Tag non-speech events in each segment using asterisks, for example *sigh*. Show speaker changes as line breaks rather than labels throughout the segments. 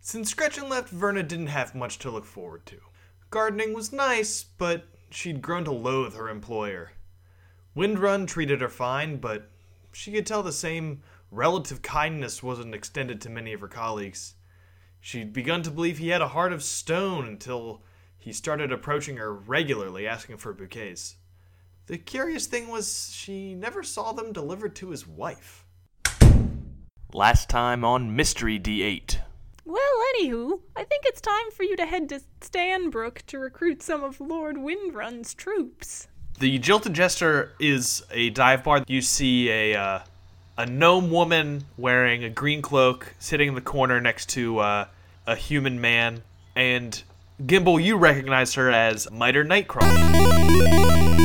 Since Gretchen left, Verna didn't have much to look forward to. Gardening was nice, but she'd grown to loathe her employer. Windrun treated her fine, but she could tell the same relative kindness wasn't extended to many of her colleagues. She'd begun to believe he had a heart of stone until he started approaching her regularly asking for bouquets. The curious thing was, she never saw them delivered to his wife. Last time on Mystery D8.
Well, anywho, I think it's time for you to head to Stanbrook to recruit some of Lord Windrun's troops.
The Jilted Jester is a dive bar. You see a uh, a gnome woman wearing a green cloak sitting in the corner next to uh, a human man, and Gimbal, you recognize her as Miter Nightcrawler.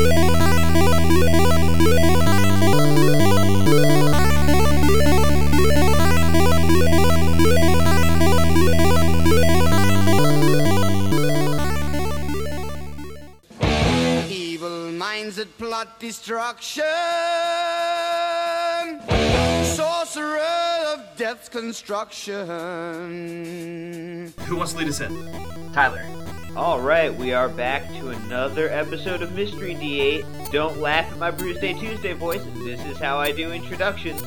Evil minds that plot destruction. Sorcerer of death's construction.
Who wants to lead us in?
Tyler. All right, we are back to another episode of Mystery D8. Don't laugh at my Bruce Day Tuesday voice. This is how I do introductions.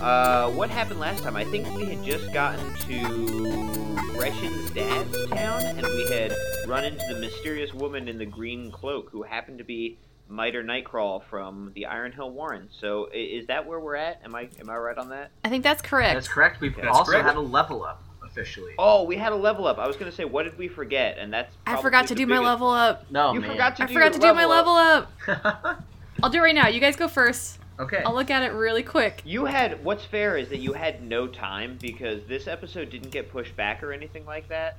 Uh, what happened last time? I think we had just gotten to Gretchen's dad's town, and we had run into the mysterious woman in the green cloak who happened to be Miter Nightcrawl from the Iron Hill Warren. So i- is that where we're at? Am I am I right on that?
I think that's correct.
That's correct. We've
That's
also
correct.
had a level up officially.
Oh, we had a level up. I was gonna say, what did we forget? And that's
I
probably
forgot to
the
do my
biggest-
level up.
No,
You
Oh, man.
forgot to
I
do
forgot
your
to do my level up.
*laughs*
forgot.
I'll do it right now. You guys go first.
okay.
I'll look at it really quick.
You had what's fair is that you had no time because this episode didn't get pushed back or anything like that.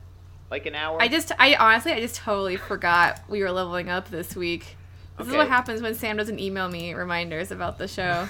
Like an hour.
I just, I honestly, I just totally forgot we were leveling up this week. This is
Okay.
what happens when Sam doesn't email me reminders about
*laughs*
the show.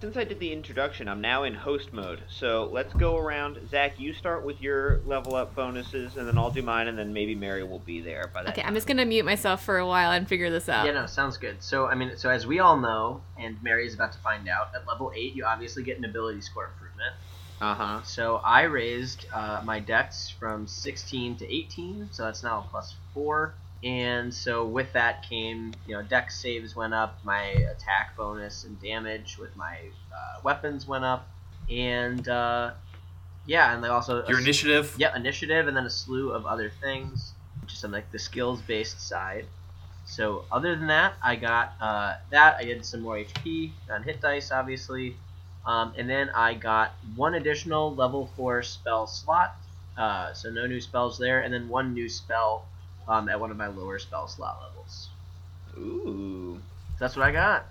since I did the introduction, I'm now in host mode. So let's go around. Zach, you start with your level up bonuses, and then I'll do mine, and then maybe Mary will be there by that.
okay, I'm just gonna mute myself for a while and figure this out.
Yeah, no, sounds good. So, I mean, so as we all know, and Mary is about to find out, at level 8, you obviously get an ability score improvement.
Uh huh.
So I raised uh, my dex from 16 to 18, so that's now a plus 4. And so with that came, you know, dex saves went up, my attack bonus and damage with my uh, weapons went up, and uh, yeah, and they also
Your initiative?
yeah, initiative, and then a slew of other things, just on like the skills based side. So other than that, I got uh, that. I did some more HP on hit dice, obviously, um, and then I got one additional level four spell slot. Uh, so no new spells there, and then one new spell um, at one of my lower spell slot levels.
Ooh.
So that's what I got.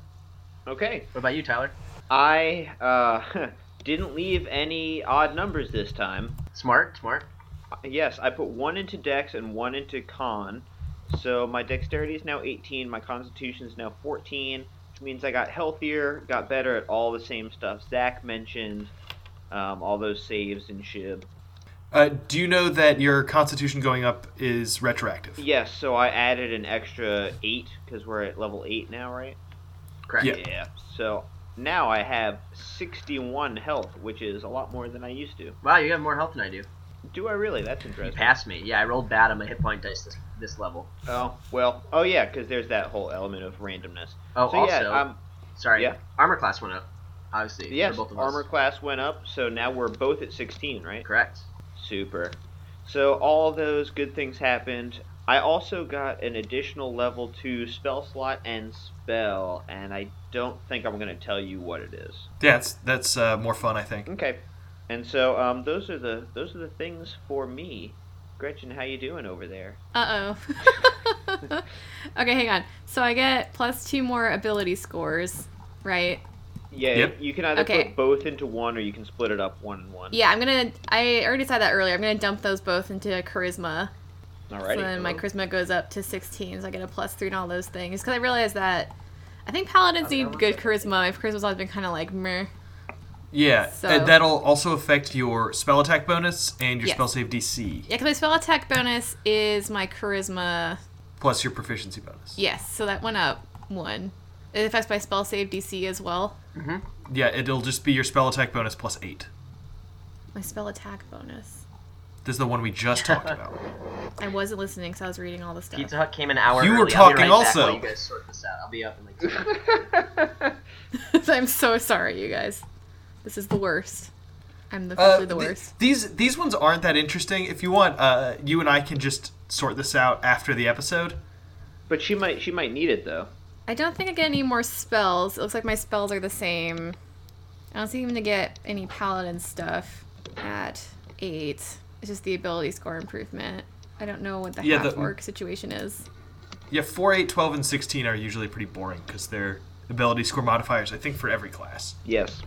Okay.
What about you, Tyler?
I uh, *laughs* didn't leave any odd numbers this time.
Smart, smart.
Yes, I put one into Dex and one into Con. So my Dexterity is now 18, my Constitution is now 14, which means I got healthier, got better at all the same stuff Zach mentioned, um, all those saves and shib.
Uh, do you know that your constitution going up is retroactive?
Yes, so I added an extra 8 because we're at level 8 now, right?
Correct.
Yeah.
Yeah. So now I have 61 health, which is a lot more than I used to.
Wow, you have more health than I do.
Do I really? That's
You
interesting.
passed me. Yeah, I rolled bad on my hit point dice this, this level.
Oh, well. Oh, yeah, because there's that whole element of randomness.
Oh,
so,
also,
yeah, um,
Sorry.
Yeah.
Armor class went up. Obviously.
Yes,
for both of
armor
Us.
class went up, so now we're both at 16, right?
Correct.
Super. So all those good things happened. I also got an additional level 2 spell slot and spell, and I don't think I'm going to tell you what it is.
Yeah, that's, that's uh, more fun, I think.
Okay. And so um, those are the those are the things for me. Gretchen, how you doing over there?
Uh oh. *laughs* okay, hang on. So I get plus two more ability scores, right?
Yeah,
Yep.
you can either
Okay.
put both into one or you can split it up one and one.
Yeah, I'm gonna. I already said that earlier. I'm gonna dump those both into charisma.
Alrighty.
So then my charisma goes up to 16, so I get a plus three and all those things. Because I realized that I think paladins need good charisma. My charisma's always been kind of like meh.
Yeah,
So-
and that'll also affect your spell attack bonus and your
Yes.
spell save DC,
Yeah, because my spell attack bonus is my charisma.
plus your proficiency bonus.
Yes, so that went up one. It affects my spell save DC as well.
Yeah, it'll just be your spell attack bonus plus 8.
My spell attack bonus.
This is the one we just
*laughs*
talked about.
I wasn't listening because I was reading all the stuff.
Pizza Hut came an hour.
You were
early. I'll be
talking
right back
also.
while you guys sort this out. I'll be up in like. two minutes.
*laughs* I'm so sorry, you guys. This is the worst. I'm the,
Uh,
officially the
th-
worst.
these these ones aren't that interesting. If you want, uh, you and I can just sort this out after the episode.
But she might she might need it though.
I don't think I get any more spells. It looks like my spells are the same. I don't seem to get any paladin stuff at eight. It's just the ability score improvement. I don't know what the
Yeah, the-
half orc situation is.
Yeah, 4, 8, 12, and 16 are usually pretty boring because they're ability score modifiers, I think, for every class.
Yes.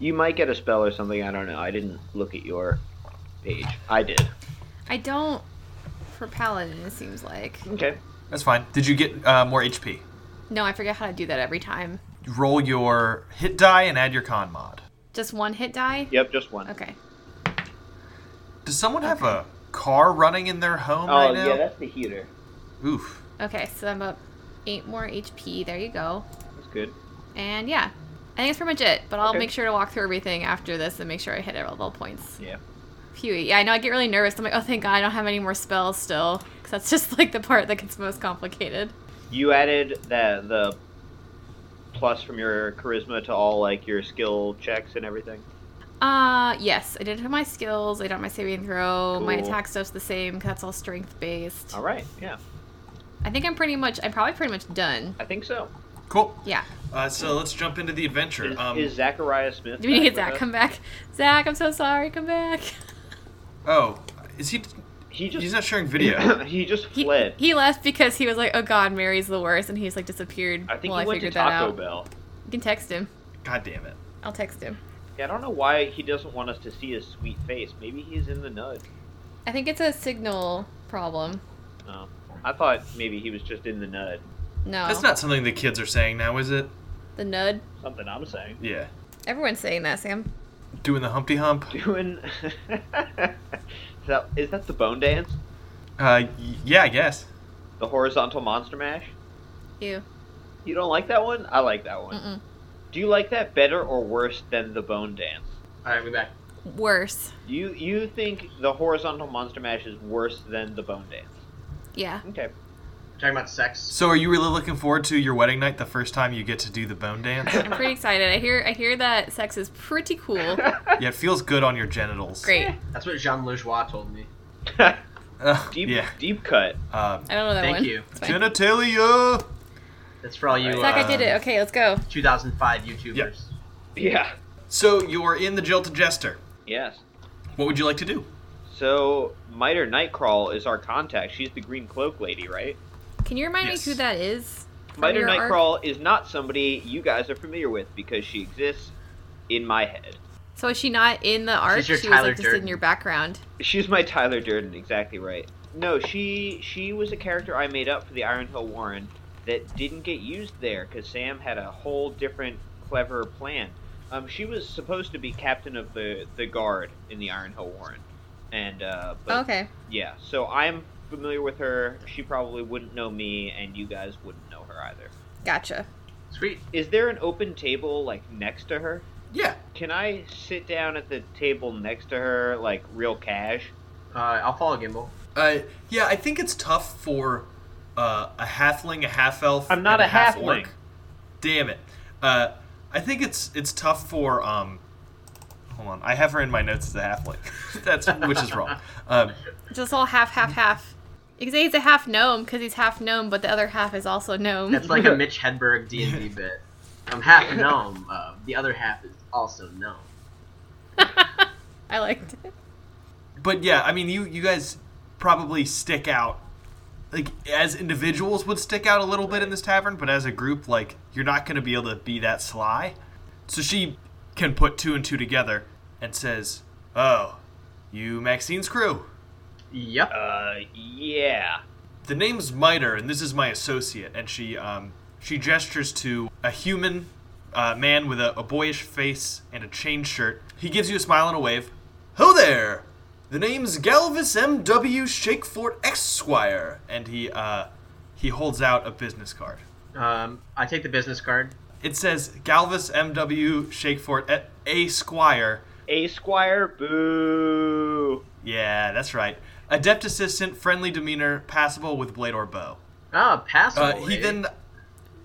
You might get a spell or something. I don't know. I didn't look at your page. I did.
I don't for paladin. It seems like
Okay.
That's fine. Did you get uh, more HP?
no. I forget how to do that every time.
Roll your hit die and add your con mod.
Just one hit die.
Yep, just one.
Okay.
Does someone have a car running in their home
Oh
right now?
yeah, that's the heater.
Oof.
Okay. So I'm up eight more HP. There you go.
That's good.
And yeah, I think that's pretty much it. But I'll
Okay.
make sure to walk through everything after this and make sure I hit all the points.
Yeah.
Phew. Yeah, I know I get really nervous. I'm like, oh, thank God I don't have any more spells still. Because that's *laughs* just like the part that gets most complicated.
You added the the plus from your charisma to all like your skill checks and everything.
Uh, yes, I did have my skills. I did my saving throw. My
Cool.
attack stuff's the same. 'cause that's all strength based.
All right. Yeah.
I think I'm pretty much, I'm probably pretty much done.
I think so.
Cool.
Yeah.
Uh, so let's jump into the adventure. Um,
Is, is Zachariah Smith?
Do we
back
need Zach?
with
Come
us?
back. Zach, I'm so sorry. Come back. *laughs*
oh, is he?
He just
He's not sharing video.
*clears throat* he just
He,
fled.
he left because he was like, oh God, Mary's the worst. And he's like disappeared.
I think
while
he went to
figured that
Taco
out.
Bell.
You can text him.
God damn it.
I'll text him.
Yeah, I don't know why he doesn't want us to see his sweet face. Maybe he's in the nud.
I think it's a signal problem.
Oh. I thought maybe he was just in the nud.
No.
That's not something the kids are saying now, is it?
the nud.
Something I'm saying. *laughs*
Yeah.
Everyone's saying that, Sam.
Doing the Humpty Hump.
Doing *laughs* is that is that the bone dance?
Uh, y- yeah, I guess.
The horizontal monster mash?
You.
You don't like that one? I like that one.
Mm-mm.
Do you like that better or worse than the bone dance?
All right, we back.
Worse.
You you think the horizontal monster mash is worse than the bone dance? *laughs*
Yeah.
Okay.
We're talking about sex.
So, are you really looking forward to your wedding night the first time you get to do the bone
*laughs*
dance?
I'm pretty excited. I hear I hear that sex is pretty cool.
yeah, it feels good on your genitals.
Great.
That's what Jean Lajoie told me.
Uh,
deep
yeah.
deep cut.
Um,
I don't know that
Thank
one.
you.
It's fine.
genitalia!
That's for all you
Zach, I
uh,
did it. Okay, let's go.
2005 YouTubers.
Yeah.
So, you're in the Jilted Jester.
Yes.
What would you like to do?
So Miter Nightcrawl is our contact. She's the green cloak lady, right?
Can you remind
Yes.
me who that is? from
Miter
your arc?
Nightcrawl is not somebody you guys are familiar with because she exists in my head.
So is she not in the arc?
She's your
she was
Tyler
like, just
Durden.
in your background.
She's my Tyler Durden, exactly right. No, she she was a character I made up for the Iron Hill Warren that didn't get used there because Sam had a whole different clever plan. Um, she was supposed to be captain of the the guard in the Iron Hill Warren, and uh, but
okay.
yeah, so I'm familiar with her. She probably wouldn't know me, and you guys wouldn't know her either.
Gotcha.
Sweet.
Is there an open table like next to her?
Yeah.
Can I sit down at the table next to her like real cash?
Uh, I'll follow Gimbal.
Uh, yeah, I think it's tough for uh, a halfling, a half elf.
I'm
and
not a
half-orc.
halfling.
Damn it. Uh, I think it's it's tough for um. Hold on, I have her in my notes as a halfling. *laughs* That's which is wrong. Um,
Just all half, half, half. You can say he's a half gnome because he's half gnome, but the other half is also gnome.
That's like a Mitch
*laughs*
Hedberg D&D bit. I'm half gnome. Uh, the other half is also gnome.
I liked it.
but yeah, I mean, you you guys probably stick out, like as individuals would stick out a little bit in this tavern, but as a group, like you're not going to be able to be that sly. So she can put two and two together and says, "Oh, you Maxine's crew.
Yep.
Uh, yeah.
The name's Miter, and this is my associate." And she um she gestures to a human. Uh, man with a, a boyish face and a chain shirt. He gives you a smile and a wave. Ho there! The name's Galvis M.W. Shakefort Esquire, and he uh, he holds out a business card.
Um, I take the business card.
It says Galvis M.W. E-, Shakefort A. Squire.
A squire, boo.
Yeah, Yeah, that's right. Adept assistant, friendly demeanor, passable with blade or bow.
Ah, passable.
Uh, he
eh?
then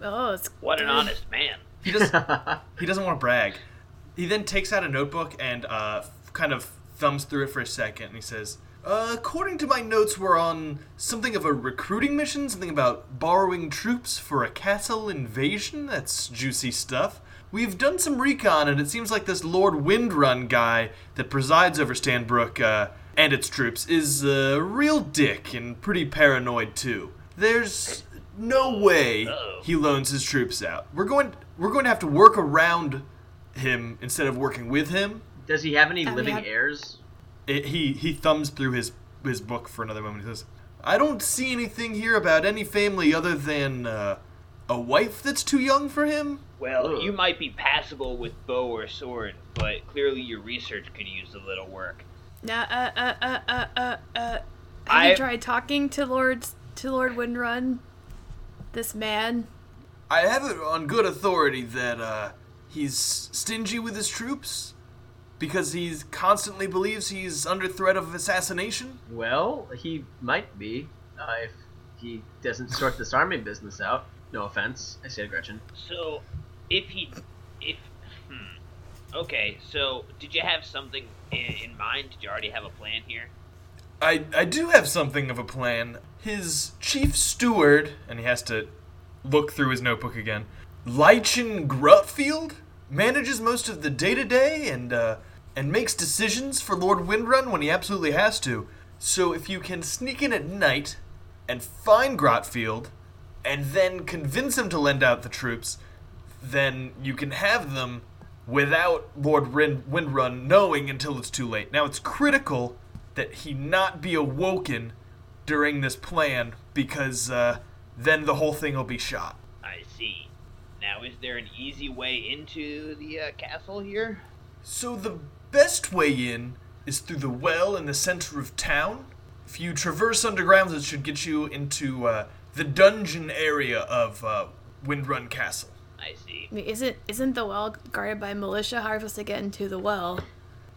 Oh, it's
What an honest man.
he does he doesn't want to brag. He then takes out a notebook and uh, f- kind of thumbs through it for a second, and he says, uh, "According to my notes, we're on something of a recruiting mission, something about borrowing troops for a castle invasion. That's juicy stuff." We've done some recon, and it seems like this Lord Windrun guy that presides over Stanbrook uh, and its troops is a real dick and pretty paranoid too. There's no way he loans his troops out. We're going we're going to have to work around him instead of working with him.
Does he have any
Um,
living
yeah.
heirs?
It, he he thumbs through his his book for another moment. He says, "I don't see anything here about any family other than uh, a wife that's too young for him."
Well,
Ugh.
you might be passable with bow or sword, but clearly your research could use a little work.
Now, uh, uh, uh, uh, uh, uh. Have
I-
you tried talking to Lord to Lord Windrun? This man.
I have it on good authority that uh, he's stingy with his troops because he constantly believes he's under threat of assassination.
Well, he might be uh, if he doesn't sort this army business out. No offense, I said Gretchen.
So, if he, if, hmm, okay. So, did you have something in, in mind? Did you already have a plan here?
I, I do have something of a plan. His chief steward, and he has to look through his notebook again, Leichen Grutfield, manages most of the day to day and uh, and makes decisions for Lord Windrun when he absolutely has to. So if you can sneak in at night and find Grotfield and then convince him to lend out the troops, then you can have them without Lord Rin- Windrun knowing until it's too late. Now, it's critical that he not be awoken during this plan because uh, then the whole thing will be shot.
I see. Now, is there an easy way into the uh, castle here?
So, the best way in is through the well in the center of town. If you traverse underground, it should get you into uh, the dungeon area of uh, Windrun Castle.
I see.
I mean, isn't isn't the well guarded by militia? How are we supposed to get into the well?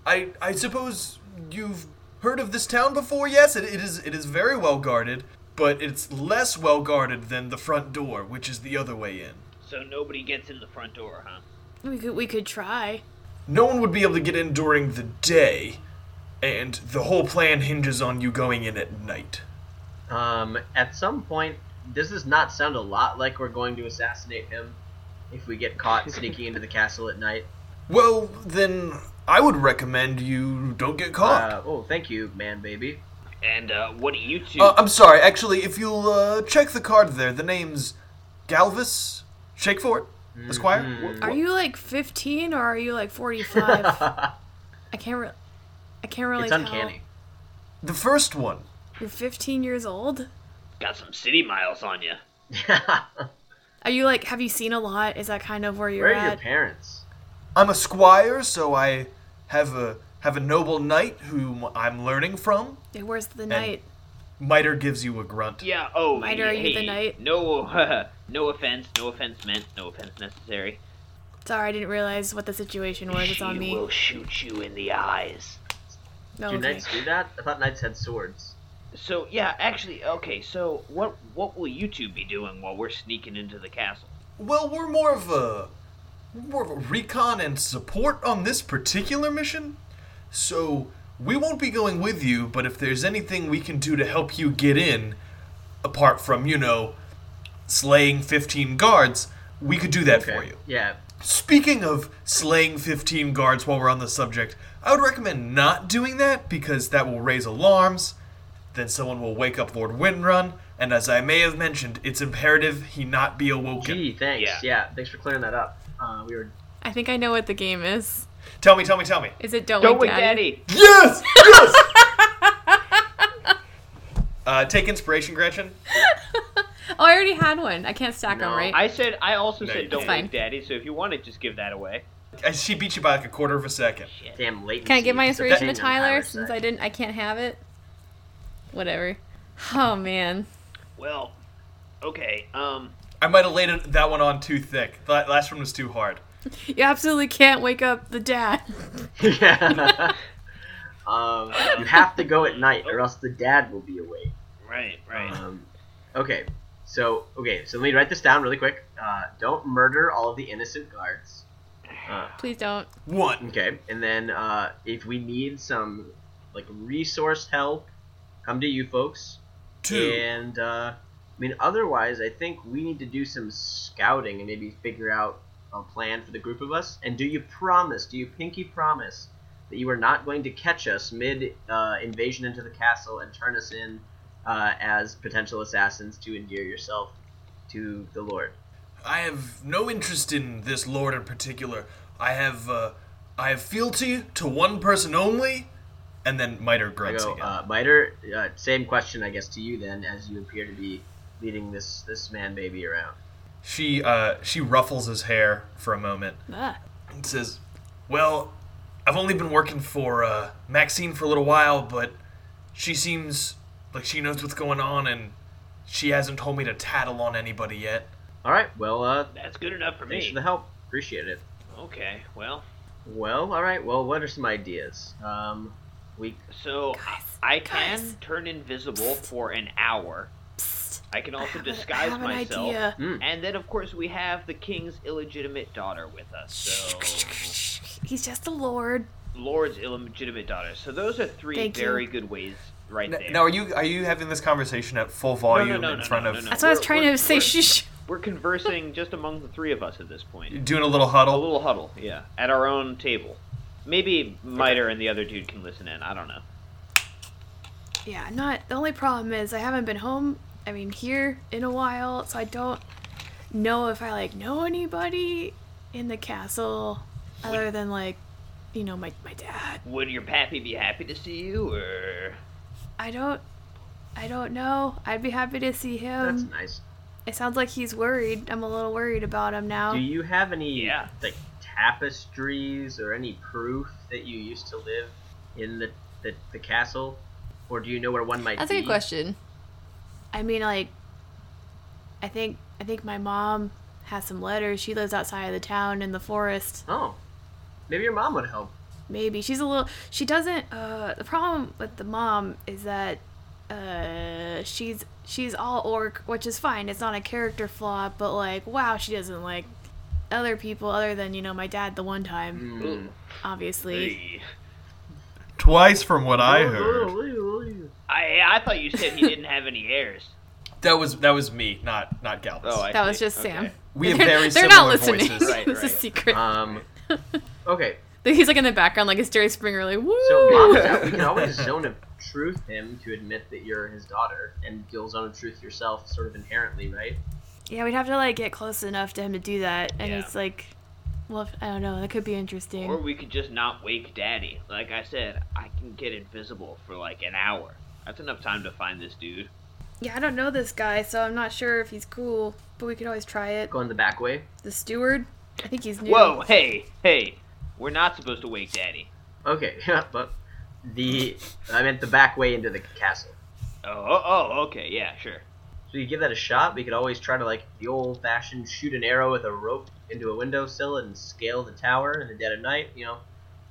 I I suppose you've heard of this town before. Yes, it, it is it is very well guarded, but it's less well guarded than the front door, which is the other way in.
So nobody gets in the front door, huh?
We could we could try.
No one would be able to get in during the day, and the whole plan hinges on you going in at night.
Um, at some point, does this not sound a lot like we're going to assassinate him if we get caught sneaking into the castle at night?
Well, then I would recommend you don't get caught.
Uh, oh, thank you, man, baby.
And uh, what do you two?
Uh, I'm sorry. Actually, if you'll uh, check the card there, the name's Galvis Shakefort, Esquire.
Are you like 15 or are you
*laughs*
like 45? I can't re- I can't really
It's
tell.
uncanny.
The first one.
You're 15 years old?
Got some city miles on you.
Are you like have you seen a lot? Is that kind of where you're
Where are your
at?
parents?
I'm a squire, so I have a have a noble knight whom I'm learning from.
Yeah, Where's the night?
Miter gives you a grunt.
Yeah. Oh.
Miter, are you
hey,
the knight?
No. *laughs* no offense. No offense meant. No offense necessary.
Sorry, I didn't realize what the situation was. It's
she
on me.
will shoot you in the eyes.
No,
Do
okay.
knights do that? I thought knights had swords.
So yeah, actually, okay. So what what will you two be doing while we're sneaking into the castle?
Well, we're more of a we're more of a recon and support on this particular mission. So we won't be going with you, but if there's anything we can do to help you get in, apart from, you know, slaying 15 guards, we could do that for you.
Yeah.
Speaking of slaying 15 guards while we're on the subject, I would recommend not doing that because that will raise alarms. Then someone will wake up Lord Windrun, and as I may have mentioned, it's imperative he not be awoken.
Gee, thanks.
Yeah.
Yeah. Thanks for clearing that up. Uh, we were.
I think I know what the game is.
Tell me, tell me, tell me.
Is it Don't,
Don't wake
Wake Daddy?
daddy.
Yes! Yes! *laughs* uh, take inspiration, Gretchen.
Oh, I already had one. I can't stack
No,
them, right?
I said I also
No, you
said don't
didn't.
wake daddy. So if you want to just give that away.
Uh, She beat you by like a quarter of a second.
Damn late.
Can I give my inspiration to Tyler since I didn't? I can't have it. Whatever. Oh man.
Well, okay. Um.
I might have laid it- that one on too thick. That last one was too hard.
*laughs* You absolutely can't wake up the dad.
*laughs* yeah. Um, you have to go at night, or else the dad will be awake.
Right, right.
Um, okay, so okay, so let me write this down really quick. Uh, don't murder all of the innocent guards. Uh,
Please don't.
One.
okay, and then uh, if we need some like resource help, come to you folks.
Two.
And uh, I mean, otherwise, I think we need to do some scouting and maybe figure out a plan for the group of us. And do you promise? Do you pinky promise that you are not going to catch us mid uh, invasion into the castle and turn us in uh, as potential assassins to endear yourself to the Lord?
I have no interest in this lord in particular. I have uh, I have fealty to one person only, and then Miter
I
grunts
go,
again.
uh, Miter. Uh, same question, I guess, to you then, as you appear to be leading this this man baby around.
She uh, she ruffles his hair for a moment
Ugh.
and says, "Well, I've only been working for uh, Maxine for a little while, but she seems like she knows what's going on, and she hasn't told me to tattle on anybody yet."
All right. Well, uh,
That's good enough for
thanks
me.
for the help. Appreciate it.
Okay, well,
Well, all right. Well, what are some ideas? Um, we
so
Guys,
I can
guys.
turn invisible for an hour.
Psst.
I can
I
also
have an- I
disguise
have an
myself.
idea.
Hmm.
And then, of course, we have the king's illegitimate daughter with us. So,
He's just a lord.
Lord's illegitimate daughter. So those are three
Thank you.
very good ways right there.
Now, are you are you having this conversation at full volume
no, no,
in
no,
front
no,
of
no, no.
That's what I was
We're-
trying
we're-
to say.
we're-
Shh.
We're conversing just among the three of us at this point.
doing a little
A
huddle?
little huddle, yeah, at our own table. Maybe Miter and the other dude can listen in. I don't know.
Yeah, I'm not. The only problem is I haven't been home. I mean, here in a while, so I don't know if I like know anybody in the castle other than like, you know, my my dad.
Would your pappy be happy to see you, or
I don't. I don't know. I'd be happy to see
that's
him.
nice.
It sounds like he's worried. I'm a little worried about him now.
Do you have any
Yeah.
like tapestries or any proof that you used to live in the the, the castle, or do you know where one might
That's
be?
a good question. I mean, like, I think I think my mom has some letters. She lives outside of the town in the forest.
Oh, maybe your mom would help.
Maybe she's a little. She doesn't. Uh, the problem with the mom is that uh, she's she's all orc, which is fine. It's not a character flaw, but like, wow, she doesn't like other people other than you know my dad the one time,
Hmm.
Mm.
obviously.
Hey.
Twice from what I heard.
I I thought you said he didn't have any heirs.
*laughs* That was that was me, not not Galvis.
Oh, I
That was
see.
just Sam.
Okay.
we have
*laughs* They're-
very
they're
similar
not listening. *laughs*
voices.
Right,
it's a
right.
secret. *laughs*
Um. Okay,
He's like in the background, like it's Jerry Springer, like woo.
so mom's out. We can always zone of truth him to admit that you're his daughter, and you'll zone of truth yourself, sort of inherently, right?
*laughs* Yeah, we'd have to like get close enough to him to do that, and
Yeah.
it's like, well, if- I don't know. That could be interesting.
Or we could just not wake Daddy. Like I said, I can get invisible for like an hour. That's enough time to find this dude.
yeah, I don't know this guy, so I'm not sure if he's cool. But we could always try it.
Go in the back way.
The steward, I think he's new.
Whoa, hey, hey. We're not supposed to wake Daddy.
Okay, *laughs* yeah, but the I meant the back way into the castle.
Oh, oh, oh, okay, yeah, sure.
So you give that a shot. We could always try to like the old-fashioned shoot an arrow with a rope into a windowsill and scale the tower in the dead of night. You know,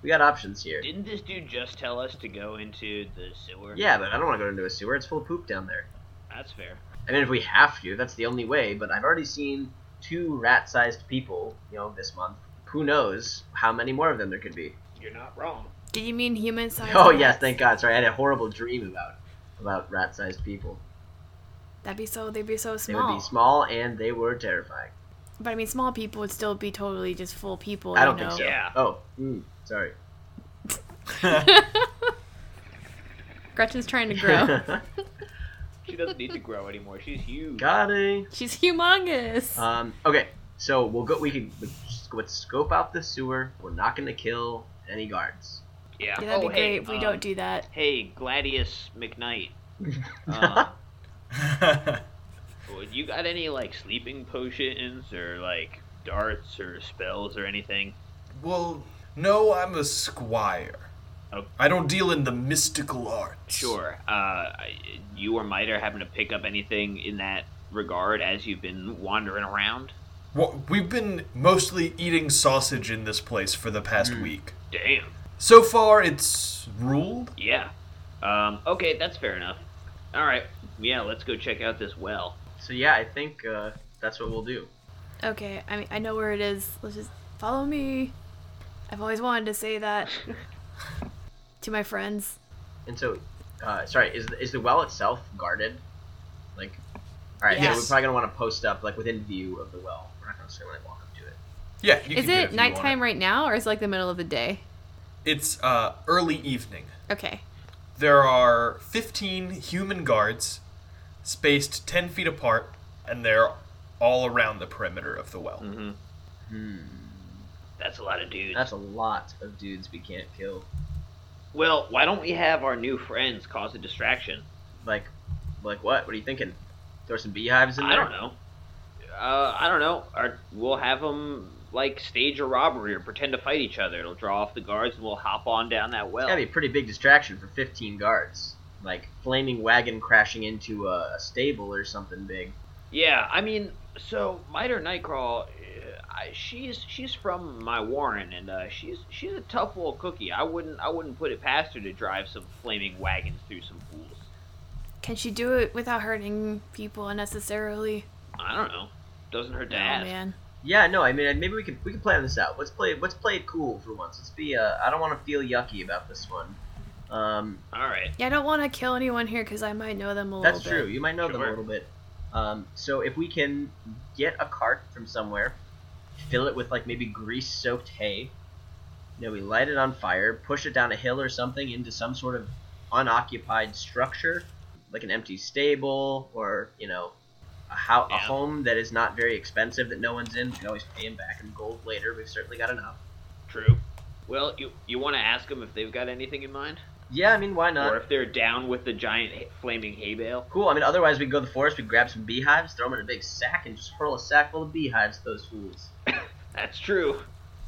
we got options here.
Didn't this dude just tell us to go into the sewer?
Yeah, but I don't want to go into a sewer. It's full of poop down there.
That's fair.
I mean, if we have to, that's the only way. But I've already seen two rat-sized people. You know, this month. Who knows how many more of them there could be?
You're not wrong.
Did you mean human size?
Oh yes, thank God. Sorry, I had a horrible dream about about rat-sized people.
That'd be so. They'd be so
They
small.
would be small and they were terrifying.
But I mean, small people would still be totally just full people.
I don't
you know?
think so.
Yeah.
Oh, mm, sorry.
Gretchen's
*laughs*
trying to grow.
She doesn't need to grow anymore. She's huge.
Got it.
She's humongous.
Um, okay, so we'll go. We can we can just go and scope out the sewer. We're not gonna kill any guards.
Yeah.
yeah, that'd
oh,
be great
hey,
if we
uh,
um,
don't do that.
Hey, Gladius McKnight. Uh, well, you got any like sleeping potions or like darts or spells or anything?
well, no, I'm a squire.
Oh.
I don't deal in the mystical arts.
Sure. Uh, I- you or Miter happen to pick up anything in that regard as you've been wandering around?
Wha- We've been mostly eating sausage in this place for the past week.
Damn.
So far, it's ruled.
Yeah. Um, okay, that's fair enough. All right. Yeah, let's go check out this well.
So yeah, I think uh, that's what we'll do.
Okay, I mean, I know where it is. Let's just follow me. I've always wanted to say that to my friends.
And so, uh, sorry, is the, is the well itself guarded? Like, all right,
Yes.
so we're probably gonna want to post up like within view of the well. We're not gonna necessarily walk up to it.
Yeah. You can
is
do if
it
you want
nighttime right now, or is it like the middle of the day?
It's uh, early evening.
Okay.
There are 15 human guards, spaced 10 feet apart, and they're all around the perimeter of the well.
That's a lot of dudes.
That's a lot of dudes we can't kill.
well, why don't we have our new friends cause a distraction?
Like, like what? What are you thinking? Throw some beehives in
I
there.
don't know. Uh, I don't know. Or we'll have them like stage a robbery or pretend to fight each other. It'll draw off the guards, and we'll hop on down that well.
It's gotta be a pretty big distraction for 15 guards. Like flaming wagon crashing into a, a stable or something big.
Yeah, I mean, so Miter Nightcrawl, uh, I- she's she's from my Warren, and uh, she's she's a tough little cookie. I wouldn't I wouldn't put it past her to drive some flaming wagons through some fools.
Can she do it without hurting people unnecessarily?
I don't know. Doesn't hurt to
Oh
ask.
man.
Yeah, no, I mean maybe we can we can plan this out. Let's play let's play it cool for once. Let's be uh, I don't want to feel yucky about this one. Um,
All right.
Yeah, I don't want to kill anyone here because I might know them a little
That's
bit.
true. You might know them a
Sure.
little bit. Um, so if we can get a cart from somewhere, fill it with like maybe grease-soaked hay, you know, we light it on fire, push it down a hill or something into some sort of unoccupied structure, like an empty stable or you know, a, ho- a
Yeah.
home that is not very expensive that no one's in. We can always pay him back in gold later. We've certainly got enough.
True. Well, you you want to ask them if they've got anything in mind,
Yeah, I mean, why
or
not?
if they're down with the giant ha- flaming hay bale.
Cool. I mean, otherwise we go to the forest, we grab some beehives, throw them in a big sack, and just hurl a sack full of beehives at those fools.
That's true.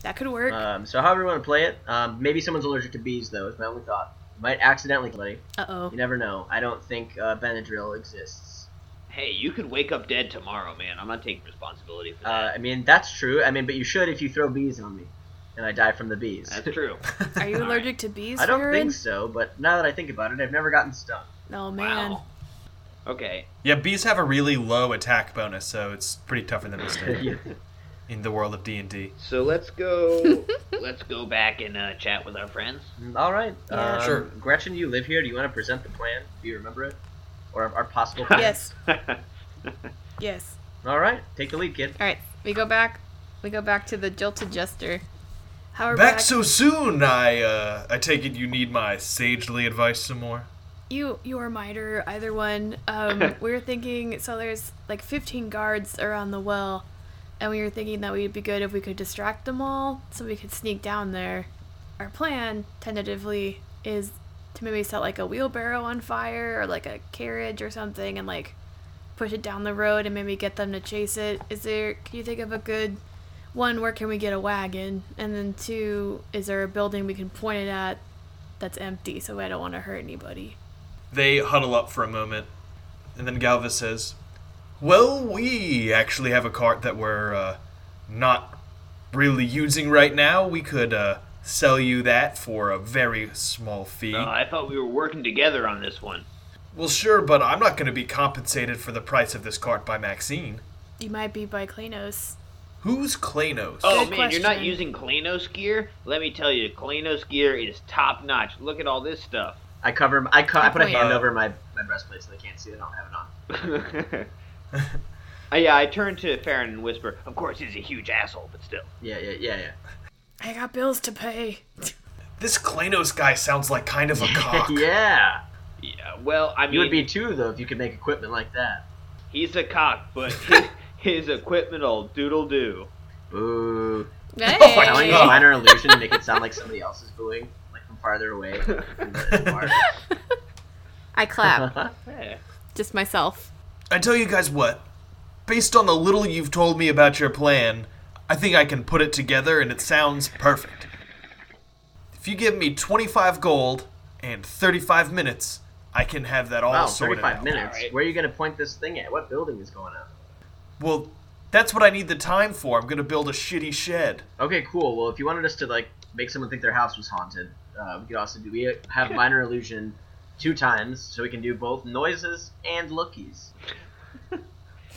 That could work.
Um, so however you want to play it. Um, maybe someone's allergic to bees, though. Is my only thought. Might accidentally kill somebody.
Uh
*laughs*
oh.
You never know. I don't think uh, Benadryl exists.
Hey, you could wake up dead tomorrow, man. I'm not taking responsibility for
Uh,
that.
I mean, that's true. I mean, but you should if you throw bees on me, and I die from the bees.
*laughs*
That's true.
Are you
All right.
allergic to bees?
I don't
Farron?
think so, but now that I think about it, I've never gotten stung.
Oh
*laughs*
man.
Wow. Okay.
Yeah, bees have a really low attack bonus, so it's pretty tough for them to stay
Yeah.
in the world of D and D.
So let's
*laughs*
go. let's go back and uh, chat with our friends.
Mm-hmm.
Mm, All right.
Yeah.
Um,
Sure.
Gretchen, you live here. Do you want to present the plan? Do you remember it, or our possible plan?
Yes. Yes.
All right. Take the lead, kid.
All right. We go back. We go back to the jilted jester. How are
Back so soon? I uh, I take it you need my sagely advice some more.
You you or miter, either one. Um, we were thinking so there's like 15 guards around the well, and we were thinking that we'd be good if we could distract them all, so we could sneak down there. Our plan, tentatively, is to maybe set like a wheelbarrow on fire or like a carriage or something, and like push it down the road and maybe get them to chase it. Is there? Can you think of a good one? Where can we get a wagon? And then two, is there a building we can point it at that's empty, so I don't want to hurt anybody.
They huddle up for a moment, and then Galva says, "Well, we actually have a cart that we're uh, not really using right now. We could uh, sell you that for a very small fee."
Uh, I thought we were working together on this one.
well, sure, but I'm not going to be compensated for the price of this cart by Maxine.
You might be by Klanos.
Who's Klanos?
Oh
Good
man, you're not
question.
using Klanos gear? Let me tell you, Klanos gear is top notch. Look at all this
*laughs*
stuff.
I cover. I, co- I put a
Good point.
hand over my, my breastplate so they can't see that I don't have it on.
uh, yeah, I turn to Farron and whisper, "Of course, he's a huge asshole, but still."
Yeah, yeah, yeah, yeah.
I got bills to pay.
This Klanos guy sounds like kind of a cock.
*laughs* yeah.
Yeah, well, I mean,
You would be too, though, if you could make equipment like that.
he's a cock, but *laughs* his, his equipment'll doodle do.
Boo.
Hey.
Oh
I want to
*laughs*
use
God.
minor illusion to make it sound like somebody else is booing, like from farther away. from the- the bar.
I clap.
*laughs* Eh.
Just myself.
I tell you guys what, based on the little you've told me about your plan, I think I can put it together and it sounds perfect. If you give me 25 gold and 35 minutes, I can have that all
wow,
sorted
35
out.
minutes.
Alright.
Where are you going to point this thing at? What building is going up?
Well, that's what I need the time for. I'm going to build a shitty shed.
Okay, cool. Well, if you wanted us to, like, make someone think their house was haunted, Uh, we could also do. We
*laughs*
have minor illusion two times, so we can do both noises and lookies.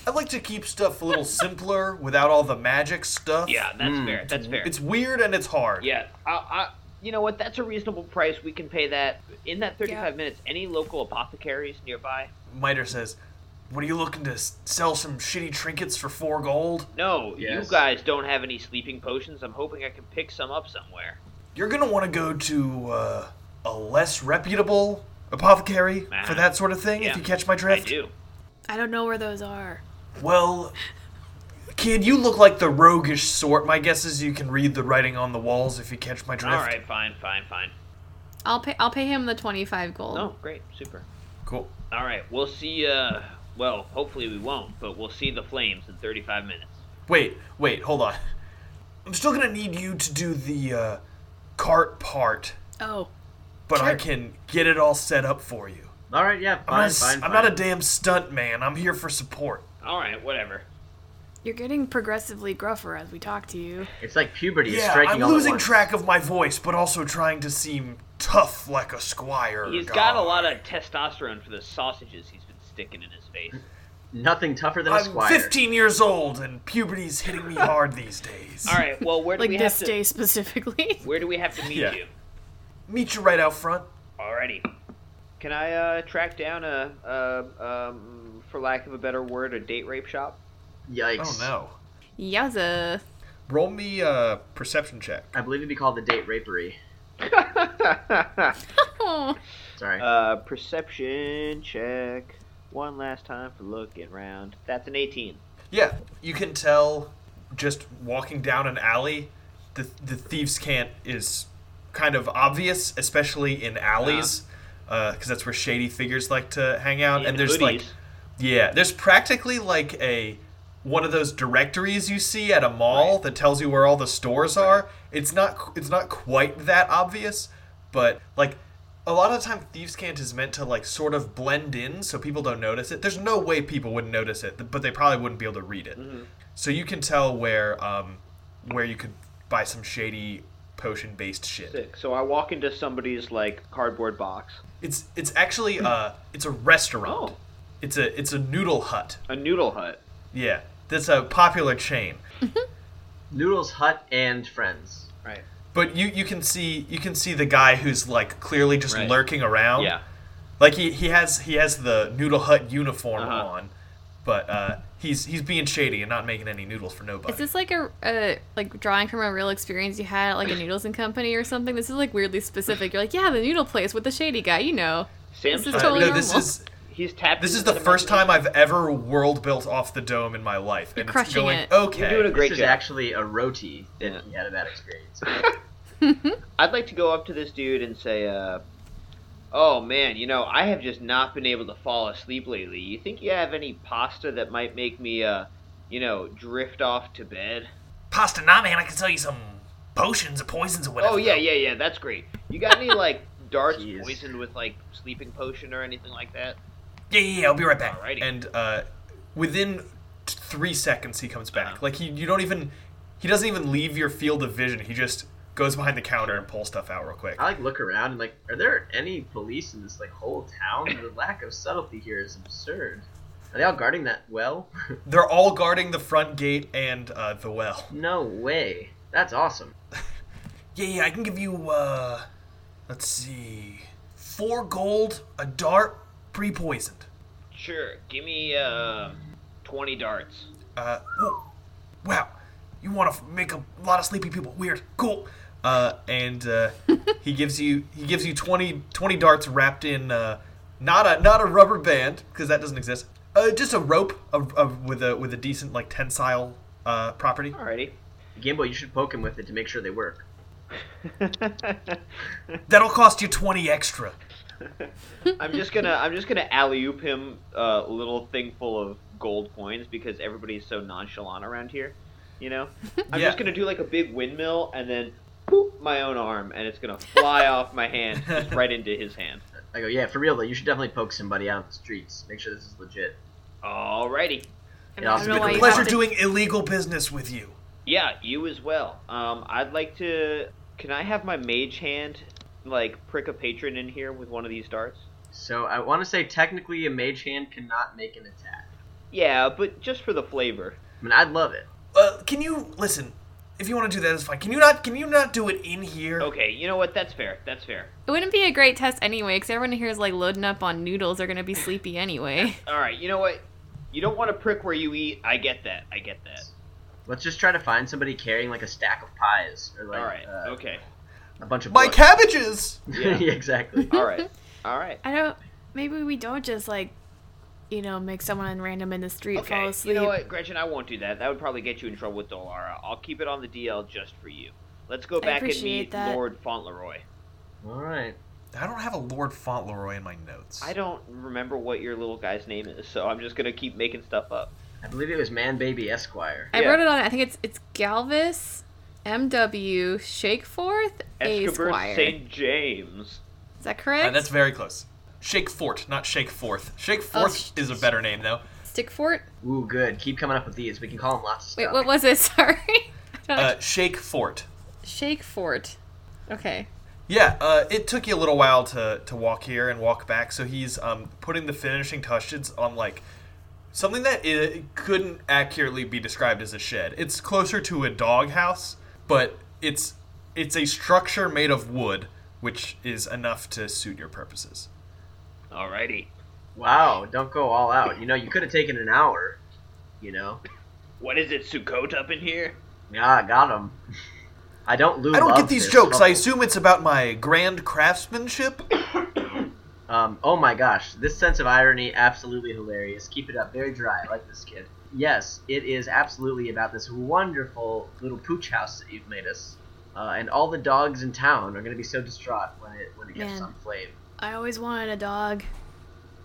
I like to keep stuff a little simpler without all the magic stuff.
Yeah, that's
Mm.
fair. That's fair.
It's weird and it's hard.
Yeah, I, I, you know what? That's a reasonable price. We can pay that in that 35
Yeah.
minutes. Any local apothecaries nearby?
Miter says, What are you looking to s- sell some shitty trinkets for four gold?
No,
Yes.
you guys don't have any sleeping potions. I'm hoping I can pick some up somewhere.
You're gonna want to go to uh, a less reputable apothecary
Ah.
for that sort of thing,
Yeah.
if you catch my
I
drift.
do.
I don't know where those are.
Well, kid, you look like the roguish sort. My guess is you can read the writing on the walls if you catch my drift.
All right, fine, fine, fine.
I'll pay. I'll pay him the twenty-five gold.
Oh, great, super.
Cool.
All right, we'll see. Uh, well, hopefully we won't, but we'll see the flames in 35 minutes.
Wait, wait, hold on. I'm still gonna need you to do the uh, cart part,
Oh.
but I can get it all set up for you.
All right, yeah,
I'm, not, a
fine,
s-
fine.
I'm
fine.
not a damn stunt man. I'm here for support.
All right, whatever.
You're getting progressively gruffer as we talk to you.
It's like puberty is
Yeah,
striking
I'm
all at
losing
once.
track of my voice, but also trying to seem tough like a squire.
He's
god.
got a lot of testosterone for the sausages he's been sticking in his face.
Nothing tougher than a
I'm
squire.
15 years old, and puberty's hitting me hard these days.
All right, well, where do
Like
we
this
have to?
day specifically. *laughs*
Where do we have to meet
Yeah.
you?
Meet you right out front.
Alrighty. Can I uh, track down a, a um, for lack of a better word, a date rape shop?
Yikes!
Oh, no.
Yowza.
Roll me a perception check.
I believe it'd be called the date rapery.
Oh.
Sorry.
uh, perception check. One last time for looking round. That's an 18.
Yeah, you can tell just walking down an alley, the the thieves' cant is kind of obvious, especially in alleys,
Uh-huh.
because that's where shady figures like to hang out.
Yeah,
and there's like,
hoodies.
yeah, there's practically like a one of those directories you see at a mall that tells you where all the stores are. It's not it's not quite that obvious, but like. A lot of the time, Thieves' Cant is meant to like sort of blend in so people don't notice it. There's no way people would notice it, but they probably wouldn't be able to read it. So you can tell where um where you could buy some shady potion based shit.
Sick. So I walk into somebody's like cardboard box.
It's it's actually uh it's a restaurant.
Oh.
It's a it's a noodle hut.
A noodle hut.
Yeah. That's a popular chain.
Noodles Hut and Friends.
Right.
But you you can see you can see the guy who's like clearly just
Right.
lurking around.
Yeah.
Like he, he has he has the noodle hut uniform
Uh-huh.
on, but uh he's he's being shady and not making any noodles for nobody.
Is this like a, a like drawing from a real experience you had at like a Noodles and Company or something? This is like weirdly specific. You're like, yeah, the noodle place with the shady guy, you know.
Sam's
This is
Uh,
tapping-
totally
no, this
normal.
is
He's tapping.
This is
into
the first time
microphone.
I've ever world built off the dome in my life, and it's
crushing
going
it.
okay.
You're doing a great
this is
job.
actually a roti that
Yeah.
he had a bad experience.
I'd like to go up to this dude and say, uh, "Oh man, you know, I have just not been able to fall asleep lately. You think you have any pasta that might make me, uh, you know, drift off to bed?"
Pasta, nah, man. I can sell you some potions or poisons or whatever.
Oh yeah, yeah, yeah. That's great. You got any *laughs* like darts
Jeez.
poisoned with like sleeping potion or anything like that?
yeah, yeah, yeah. I'll be right back.
Alrighty.
And uh, within t- three seconds, he comes back. Like he, you don't even, he doesn't even leave your field of vision. He just goes behind the counter and pulls stuff out real quick.
I like look around and like, are there any police in this like whole town? The lack of subtlety here is absurd. Are they all guarding that well? *laughs*
They're all guarding the front gate and uh, the well.
no way. That's awesome.
Yeah, yeah. I can give you, uh, let's see, four gold, a dart, pre-poisoned.
Sure. Give me uh, twenty darts.
Uh, whoa, wow, you want to f- make a lot of sleepy people weird. Cool. Uh, and
*laughs*
uh, he gives you he gives you 20, 20 darts wrapped in uh, not a not a rubber band because that doesn't exist. Uh, just a rope of, of, with a with a decent like tensile uh, property.
Alrighty. *laughs*
Gambo, you should poke him with it to make sure they work.
That'll cost you twenty extra.
I'm just gonna I'm just gonna alley oop him a little thing full of gold coins because everybody's so nonchalant around here, you know. I'm
Yeah.
just gonna do like a big windmill and then poop my own arm and it's gonna fly off my hand just right into his hand.
I go, yeah, for real though, you should definitely poke somebody out in the streets. Make sure this is legit.
Alrighty.
It also
don't
be-
know why you
Pleasure
have to-
doing illegal business with you.
Yeah, you as well. Um, I'd like to. Can I have my mage hand like prick a patron in here with one of these darts?
So I want to say technically a mage hand cannot make an attack.
Yeah, but just for the flavor.
I mean, I'd love it.
Uh, can you listen? If you want to do that, it's fine. Can you not? Can you not do it in here?
Okay, you know what? That's fair. That's fair.
It wouldn't be a great test anyway, because everyone here is like loading up on noodles. They're gonna be sleepy anyway.
All right, you know what? You don't want to prick where you eat. I get that. I get that.
Let's just try to find somebody carrying like a stack of pies or like
All right.
uh,
*laughs*
okay.
a bunch of
My
books.
cabbages.
*laughs* yeah. exactly.
All right. All right.
*laughs* I don't. Maybe we don't just like, you know, make someone random in the street fall
Okay. You
asleep.
know what, Gretchen? I won't do that. That would probably get you in trouble with Dolara. I'll keep it on the DL just for you. Let's go back and
appreciate
meet
that.
Lord Fauntleroy.
All right.
I don't have a Lord Fauntleroy in my notes.
I don't remember what your little guy's name is, so I'm just gonna keep making stuff up.
I believe it was Man Baby Esquire.
I
Yeah.
wrote it on. I think it's it's Galvis, M.W. Shakeforth, A
Escobar
Squire.
St. James.
Is that correct?
Uh, that's very close. Shake Fort, not Shake Forth. Shake
Oh,
Forth
sh-
is a better name though.
Stickfort.
Ooh, good. Keep coming up with these. We can call them lots of
Wait,
stuff.
what was it? *laughs* Sorry.
Uh, Shake Fort.
Shakefort. Okay.
Yeah, uh, it took you a little while to, to walk here and walk back, so he's um, putting the finishing touches on like something that i couldn't accurately be described as a shed. It's closer to a doghouse, but it's it's a structure made of wood, which is enough to suit your purposes.
Alrighty.
Wow, don't go all out. You know, you could have taken an hour. You know?
What is it, Sukkot up in here?
Yeah, I got him. *laughs* I don't lose.
I don't get these jokes. I assume it's about my grand craftsmanship.
Um, oh my gosh, this sense of irony, absolutely hilarious. Keep it up. Very dry. I like this kid. Yes, it is absolutely about this wonderful little pooch house that you've made us. Uh, and all the dogs in town are going to be so distraught when it when it gets
Man.
some flame.
I always wanted a dog.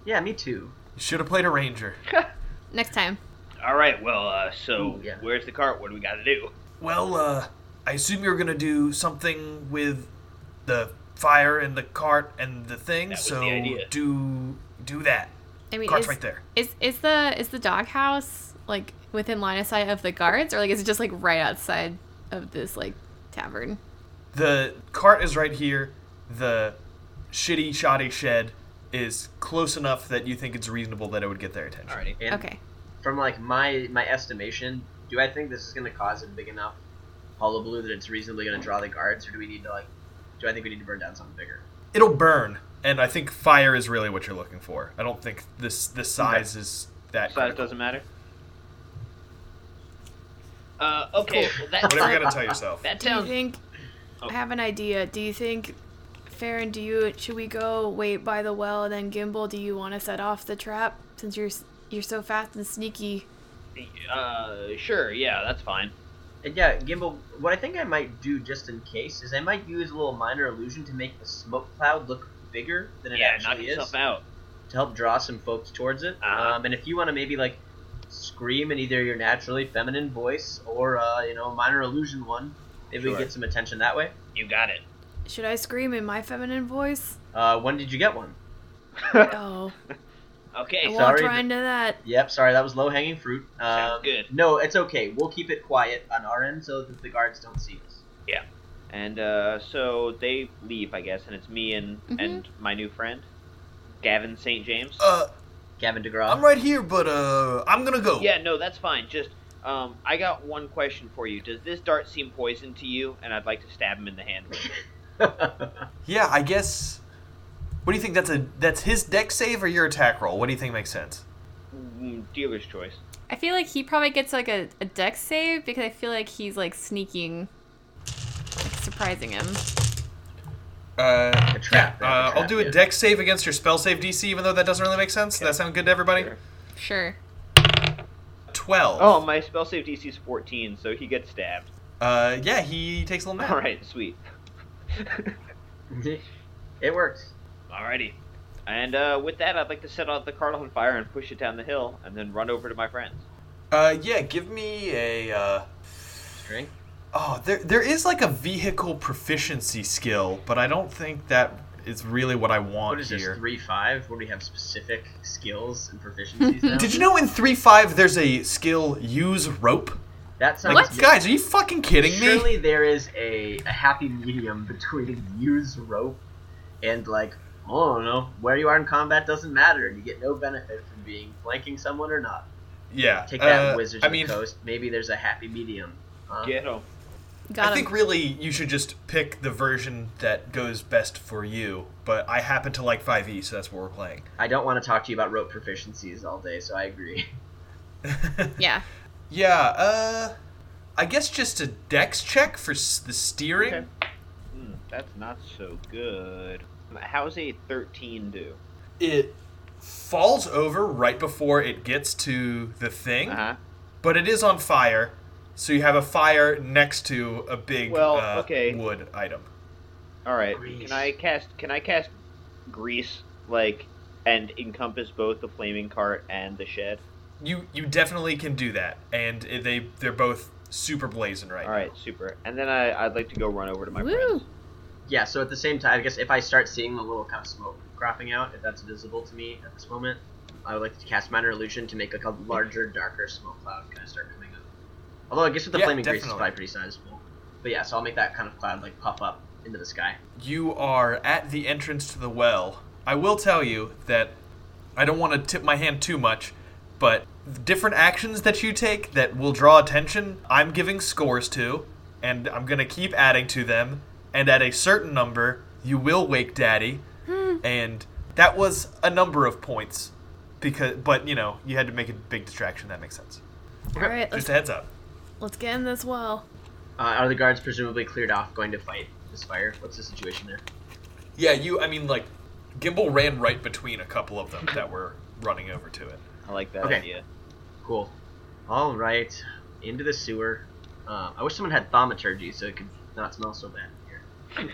Yeah, me too.
Should have played a ranger.
Next time.
Alright, well, uh, so
Ooh, yeah.
where's the cart? What do we gotta do?
Well, uh, I assume you're gonna do something with the fire and the cart and the thing.
That was
so
the idea.
do do that.
I mean,
Cart's
is,
right there.
Is is the is the doghouse like within line of sight of the guards, or like is it just like right outside of this like tavern?
The cart is right here. The shitty shoddy shed is close enough that you think it's reasonable that it would get their attention.
Alrighty. And
Okay.
From like my my estimation, do I think this is going to cause a big enough hullabaloo that it's reasonably going to draw the guards, or do we need to like? Do I think we need to burn down something bigger?
It'll burn, and I think fire is really what you're looking for. I don't think this this size is that.
Size
critical.
doesn't matter. Uh, okay, well, that,
Whatever you gotta tell
*laughs*
yourself.
that
Do you
sounds...
think? I have an idea. Do you think, Farron? Do you should we go wait by the well and then Gimbal? Do you want to set off the trap since you're s- you're so fast and sneaky?
Uh, sure, yeah, that's fine.
And yeah, Gimbal, what I think I might do just in case is I might use a little minor illusion to make the smoke cloud look bigger than it
Yeah, knock
actually
yourself
is
out.
to help draw some folks towards it.
Uh-huh.
Um, and if you want to maybe like scream in either your naturally feminine voice or uh, you know a minor illusion one, maybe we
Sure.
get some attention that way.
You got it.
Should I scream in my feminine voice?
Uh, when did you get one?
Oh, I
Okay,
Well,
so
won't
sorry.
try into that.
Yep, sorry, that was low hanging fruit. Um,
Sounds good.
No, it's okay. We'll keep it quiet on our end so that the guards don't see us.
and uh, so they leave, I guess, and it's me and and my new friend, Gavin St. James.
Uh,
Gavin DeGraw.
I'm right here, but uh, I'm gonna go.
Yeah, no, that's fine. Just, um, I got one question for you. Does this dart seem poisoned to you? And I'd like to stab him in the hand with it.
Yeah, I guess. What do you think? That's a that's his deck save or your attack roll. What do you think makes sense?
Mm, Dealer's choice.
I feel like he probably gets like a, a deck save because I feel like he's like sneaking, like, surprising him.
Uh,
*laughs* a trap.
uh, I'll do a
yeah.
deck save against your spell save DC, even though that doesn't really make sense. Does that sound good to everybody?
Sure.
Sure.
Twelve.
Oh, my spell save DC's 14, so he gets stabbed.
Uh, yeah, he takes a little nap.
*laughs* All right, sweet.
*laughs* it works.
Alrighty. And uh, with that, I'd like to set off the cart on fire and push it down the hill, and then run over to my friends.
Uh, yeah, give me a. Uh,
Strength.
oh, there there is like a vehicle proficiency skill, but I don't think that is really what I want
What is this?
here.
Three five, where we have specific skills
*laughs*
and proficiencies. now?
Did you know in three five there's a skill use rope?
that sounds?
Like, guys, are you fucking kidding me?
*laughs* Surely there is a, a happy medium between use rope and like I don't know where you are in combat doesn't matter, and you get no benefit from being flanking someone or not.
Yeah.
Take that,
uh,
Wizards
I
of
mean,
the Coast. Maybe there's a happy medium. Uh,
Get him.
Got
I
him.
think really you should just pick the version that goes best for you. But I happen to like 5e, so that's what we're playing. *laughs*
I don't want to talk to you about rope proficiencies all day, so I agree. *laughs*
yeah.
Yeah, uh I guess just a dex check for s- the steering.
Okay. Hmm, that's not so good. How's a 13 do?
It falls over right before it gets to the thing,
Uh huh.
but it is on fire. So you have a fire next to a big
Well,
uh,
okay.
wood item.
All right.
Grease.
Can I cast? Can I cast grease like and encompass both the flaming cart and the shed?
You you definitely can do that, and it- they they're both super blazing right.
All right, super. And then I, I'd like to go run over to my
Woo.
friends.
Yeah, so at the same time, I guess if I start seeing the little kind of smoke cropping out, if that's visible to me at this moment, I would like to cast Minor Illusion to make like a larger, darker smoke cloud kind of start coming up. Although I guess with the
Yeah,
flaming grease, it's
definitely.
probably pretty sizable. But yeah, so I'll make that kind of cloud like puff up into the sky.
You are at the entrance to the well. I will tell you that I don't want to tip my hand too much, but different actions that you take that will draw attention, I'm giving scores to, and I'm going to keep adding to them. And at a certain number, you will wake Daddy. and that was a number of points because but you know, you had to make a big distraction, that makes sense.
All right,
Just
let's,
a heads up.
let's get in this well.
Uh, are the guards presumably cleared off going to fight this fire? What's the situation there?
Yeah, you I mean like Gimbal ran right between a couple of them that were running over to it.
I like that
Okay.
idea.
Cool. All right, into the sewer. Uh, I wish someone had thaumaturgy so it could not smell so bad in here.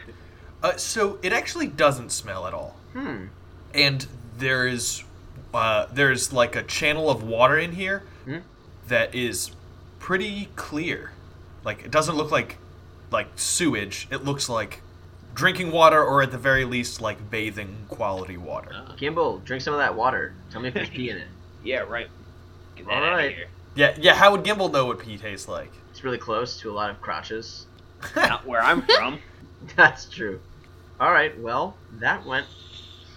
Uh, so it actually doesn't smell at all,
Hmm.
and there is uh, there's like a channel of water in here
Hmm.
that is pretty clear. Like it doesn't look like like sewage. It looks like drinking water, or at the very least, like bathing quality water.
Gimbal, drink some of that water. Tell me if there's pee in it.
Yeah, right. Get that
All
out
right.
of here.
Yeah, yeah. How would Gimbal know what pee tastes like?
It's really close to a lot of crotches. *laughs*
Not where *laughs* I'm from.
That's true. All right, well, that went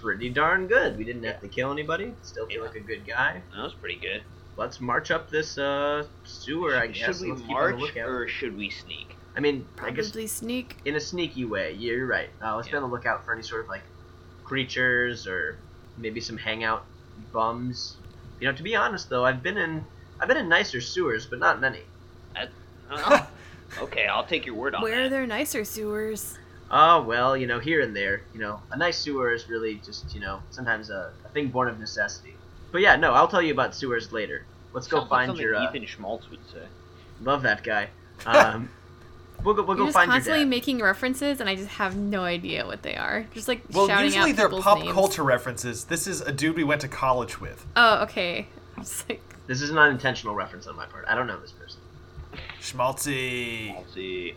pretty darn good. We didn't have to kill anybody. Still feel like a good guy.
That was pretty good.
Let's march up this uh, sewer, I guess.
should we
Let's keep on the
march
lookout.
or should
*laughs*
we sneak?
I mean, I guess
Probably sneak.
in a sneaky way. Yeah, you're right. Uh, let's be on the lookout for any sort of like creatures or maybe some hangout bums. You know, to be honest though, I've been in I've been in nicer sewers, but not many.
Huh? okay, I'll take your word on
Where are
that.
there nicer sewers?
Oh, well, you know, here and there. You know, a nice sewer is really just, you know, sometimes a, a thing born of necessity. But yeah, no, I'll tell you about sewers later. Let's go
Sounds like
find
something
your. Uh,
Ethan Schmaltz would say.
love that
*laughs*
guy. Um, we'll go. We'll go
You're just
find your
constantly
dad.
making references, and I just have no idea what they are. Just like
Well,
shouting
usually
out
they're
people's
pop
names.
culture references. This is a dude we went to college with.
Oh, okay. *laughs* I'm just like,
This is an unintentional reference on my part. I don't know this person.
Schmaltzy.
I'll see.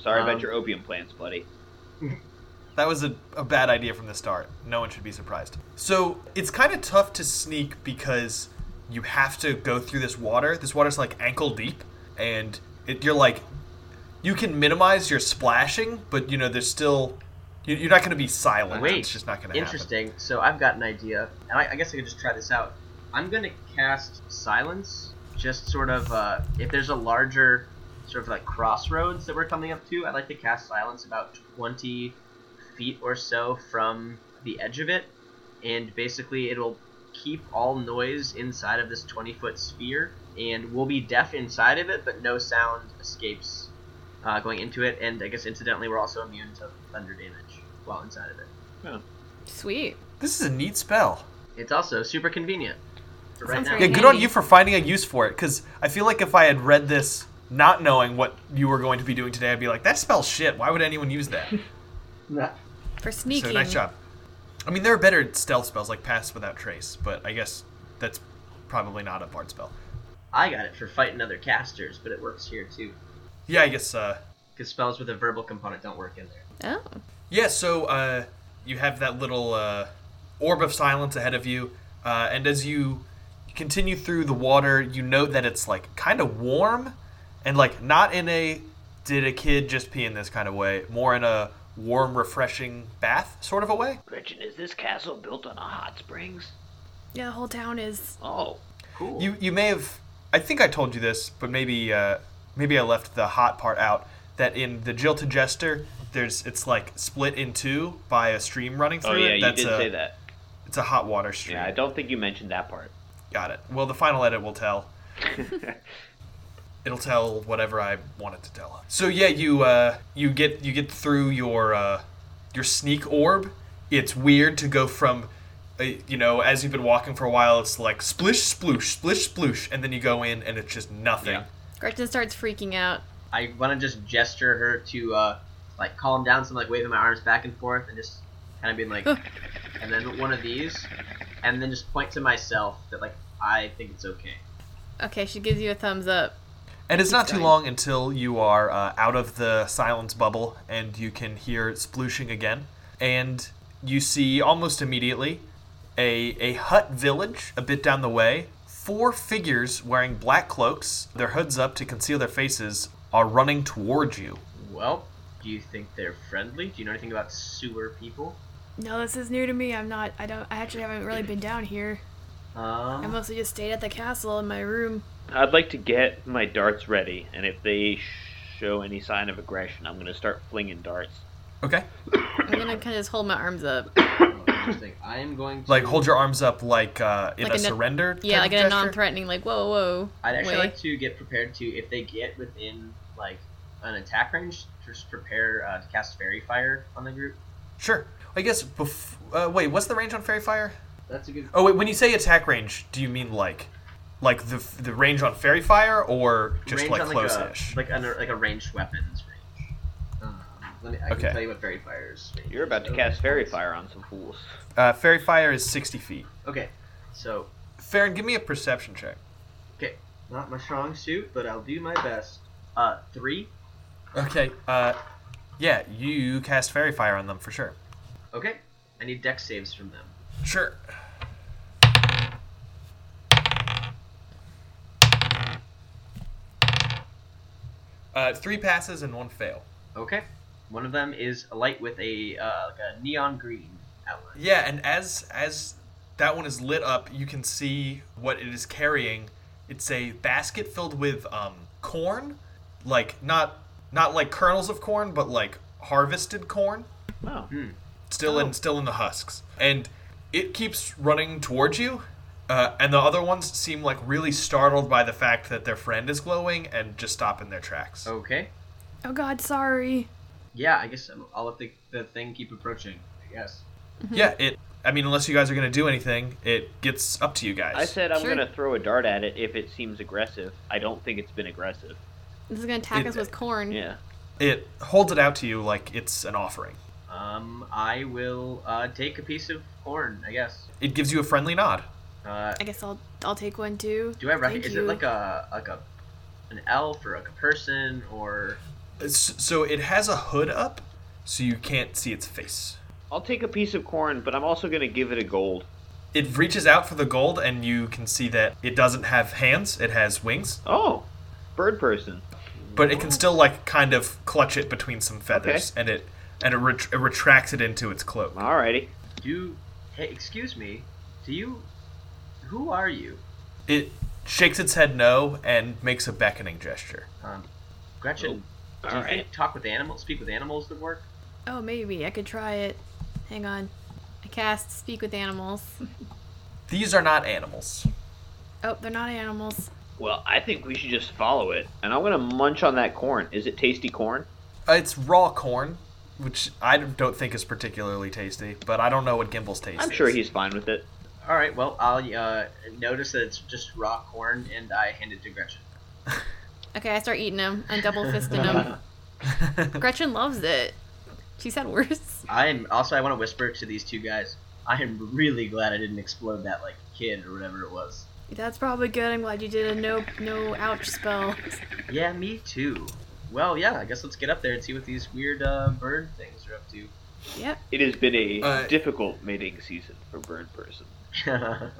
Sorry
Um,
about your opium plants, buddy.
That was a, a bad idea from the start. No one should be surprised. So it's kind of tough to sneak because you have to go through this water. This water's like ankle deep, and it, you're like, you can minimize your splashing, but you know there's still, you, you're not going to be silent.
Wait,
it's just not going to happen.
Interesting. So I've got an idea, and I, I guess I could just try this out. I'm gonna cast silence, just sort of uh, if there's a larger sort of like crossroads that we're coming up to. I'd like to cast silence about 20 feet or so from the edge of it, and basically it'll keep all noise inside of this 20 foot sphere, and we'll be deaf inside of it, but no sound escapes. Uh, going into it, and I guess incidentally, we're also immune to thunder damage while inside of it.
sweet.
This is a neat spell.
It's also super convenient for right
Sounds
now.
Yeah,
very
good on
handy.
you for finding a use for it. Because I feel like if I had read this not knowing what you were going to be doing today, I'd be like, that spell's shit. Why would anyone use that?
For sneaking.
So nice job. I mean, there are better stealth spells like Pass Without Trace, but I guess that's probably not a bard spell.
I got it for fighting other casters, but it works here too.
Yeah, I guess. Uh,
Because spells with a verbal component don't work in there.
Oh,
yeah, so uh, you have that little uh, orb of silence ahead of you, uh, and as you continue through the water, you note that it's like kind of warm, and like not in a did a kid just pee in this kind of way, more in a warm, refreshing bath sort of a way.
Gretchen, is this castle built on a hot springs?
Yeah, the whole town is.
Oh, cool.
You you may have I think I told you this, but maybe uh, maybe I left the hot part out. That in the Jilted Jester, there's it's like split in two by a stream running through
oh yeah,
it.
you did
a,
say that.
It's a hot water stream.
Yeah, I don't think you mentioned that part.
Got it. Well, the final edit will tell. It'll tell whatever I want it to tell. So yeah, you uh, you get you get through your uh, your sneak orb. It's weird to go from, uh, you know, as you've been walking for a while, it's like splish sploosh splish sploosh, and then you go in and it's just nothing.
Yeah.
Gretchen starts freaking out.
I want to just gesture her to uh, like calm down, so I'm like waving my arms back and forth and just kind of being like, and then one of these, and then just point to myself that like I think it's okay.
Okay, she gives you a thumbs up.
And it's not too
going.
long until you are uh, out of the silence bubble and you can hear it splooshing again. And you see almost immediately a, a hut village a bit down the way. Four figures wearing black cloaks, their hoods up to conceal their faces, are running toward you.
Well, do you think they're friendly? Do you know anything about sewer people?
No, this is new to me. I'm not. I don't. I actually haven't really been down here. I
Um,
mostly just stayed at the castle in my room.
I'd like to get my darts ready, and if they show any sign of aggression, I'm gonna start flinging darts.
Okay?
I'm gonna kind of just hold my
*coughs*
arms up.
oh, interesting. I am going to
Like hold your arms up like uh, in
Like
a
in a-
surrender.
Yeah,
type of
like in a
gesture?
non-threatening, like whoa, whoa.
I'd actually
way.
like to get prepared to if they get within like an attack range, just prepare uh, to cast fairy fire on the group.
Sure. I guess. Bef- uh, wait, what's the range on fairy fire?
That's a good.
Oh wait, when you say attack range, do you mean like, like the the range on fairy fire, or just
range
like
on,
close-ish?
Like a, like, a, like a ranged weapons range. Um, let me, I
Okay.
can tell you what fairy fires. range
You're about
is.
to cast fairy fire on some fools.
uh, fairy fire is sixty feet.
Okay, so
Farron, give me a perception check.
okay, not my strong suit, but I'll do my best. Uh, three.
Okay. Uh, yeah, you cast fairy fire on them for sure.
Okay, I need deck saves from them.
Sure. Uh, three passes and one fail.
Okay, one of them is a light with a uh, like a neon green outline.
Yeah, and as as that one is lit up, you can see what it is carrying. It's a basket filled with um, corn, like not not like kernels of corn, but like harvested corn,
Oh,
still in still in the husks. And it keeps running towards you. Uh, and the other ones seem like really startled by the fact that their friend is glowing and just stop in their tracks.
Okay.
Oh God, sorry.
Yeah, I guess I'm- I'll let the, the thing keep approaching. I guess.
Yeah, it. I mean, unless you guys are gonna do anything, it gets up to you guys.
I said I'm
Sure.
gonna throw a dart at it if it seems aggressive. I don't think it's been aggressive.
This is gonna attack
It-
us with corn.
Yeah.
it holds it out to you like it's an offering.
Um, I will uh, take a piece of corn. I guess.
It gives you a friendly nod.
Uh,
I guess I'll I'll take one too.
do I
Thank
recognize? Is it
you.
like a like a an elf or like a person or?
S- So it has a hood up, so you can't see its face.
I'll take a piece of corn, but I'm also gonna give it a gold.
It reaches out for the gold, and you can see that it doesn't have hands, it has wings,
Oh, bird person.
but it can still, like, kind of clutch it between some feathers, and it and it, ret- it retracts it into its cloak.
Alrighty.
Do hey, excuse me. Do you? Who are you?
It shakes its head no and makes a beckoning gesture.
Um, Gretchen. do you
Alright.
think talk with animals, speak with animals would work?
Oh, maybe I could try it. Hang on. I cast speak with *laughs* animals.
These are not animals.
Oh, they're not animals.
Well, I think we should just follow it, and I'm gonna munch on that corn. Is it tasty corn?
Uh, it's raw corn, which I don't think is particularly tasty, but I don't know what Gimble's taste
I'm
is.
sure he's fine with it.
All right. Well, I'll uh, notice that it's just raw corn, and I hand it to Gretchen.
Okay, I start eating them. I'm double fisting them. *laughs* Gretchen loves it. She said worse. *laughs*
I'm also I want to whisper to these two guys. I am really glad I didn't explode that like kid or whatever it was.
That's probably good. I'm glad you did a no no ouch spell.
Yeah, me too. Well, yeah, I guess let's get up there and see what these weird uh, bird things are up
Yep.
It has been a
Uh,
difficult mating season for bird person.
to.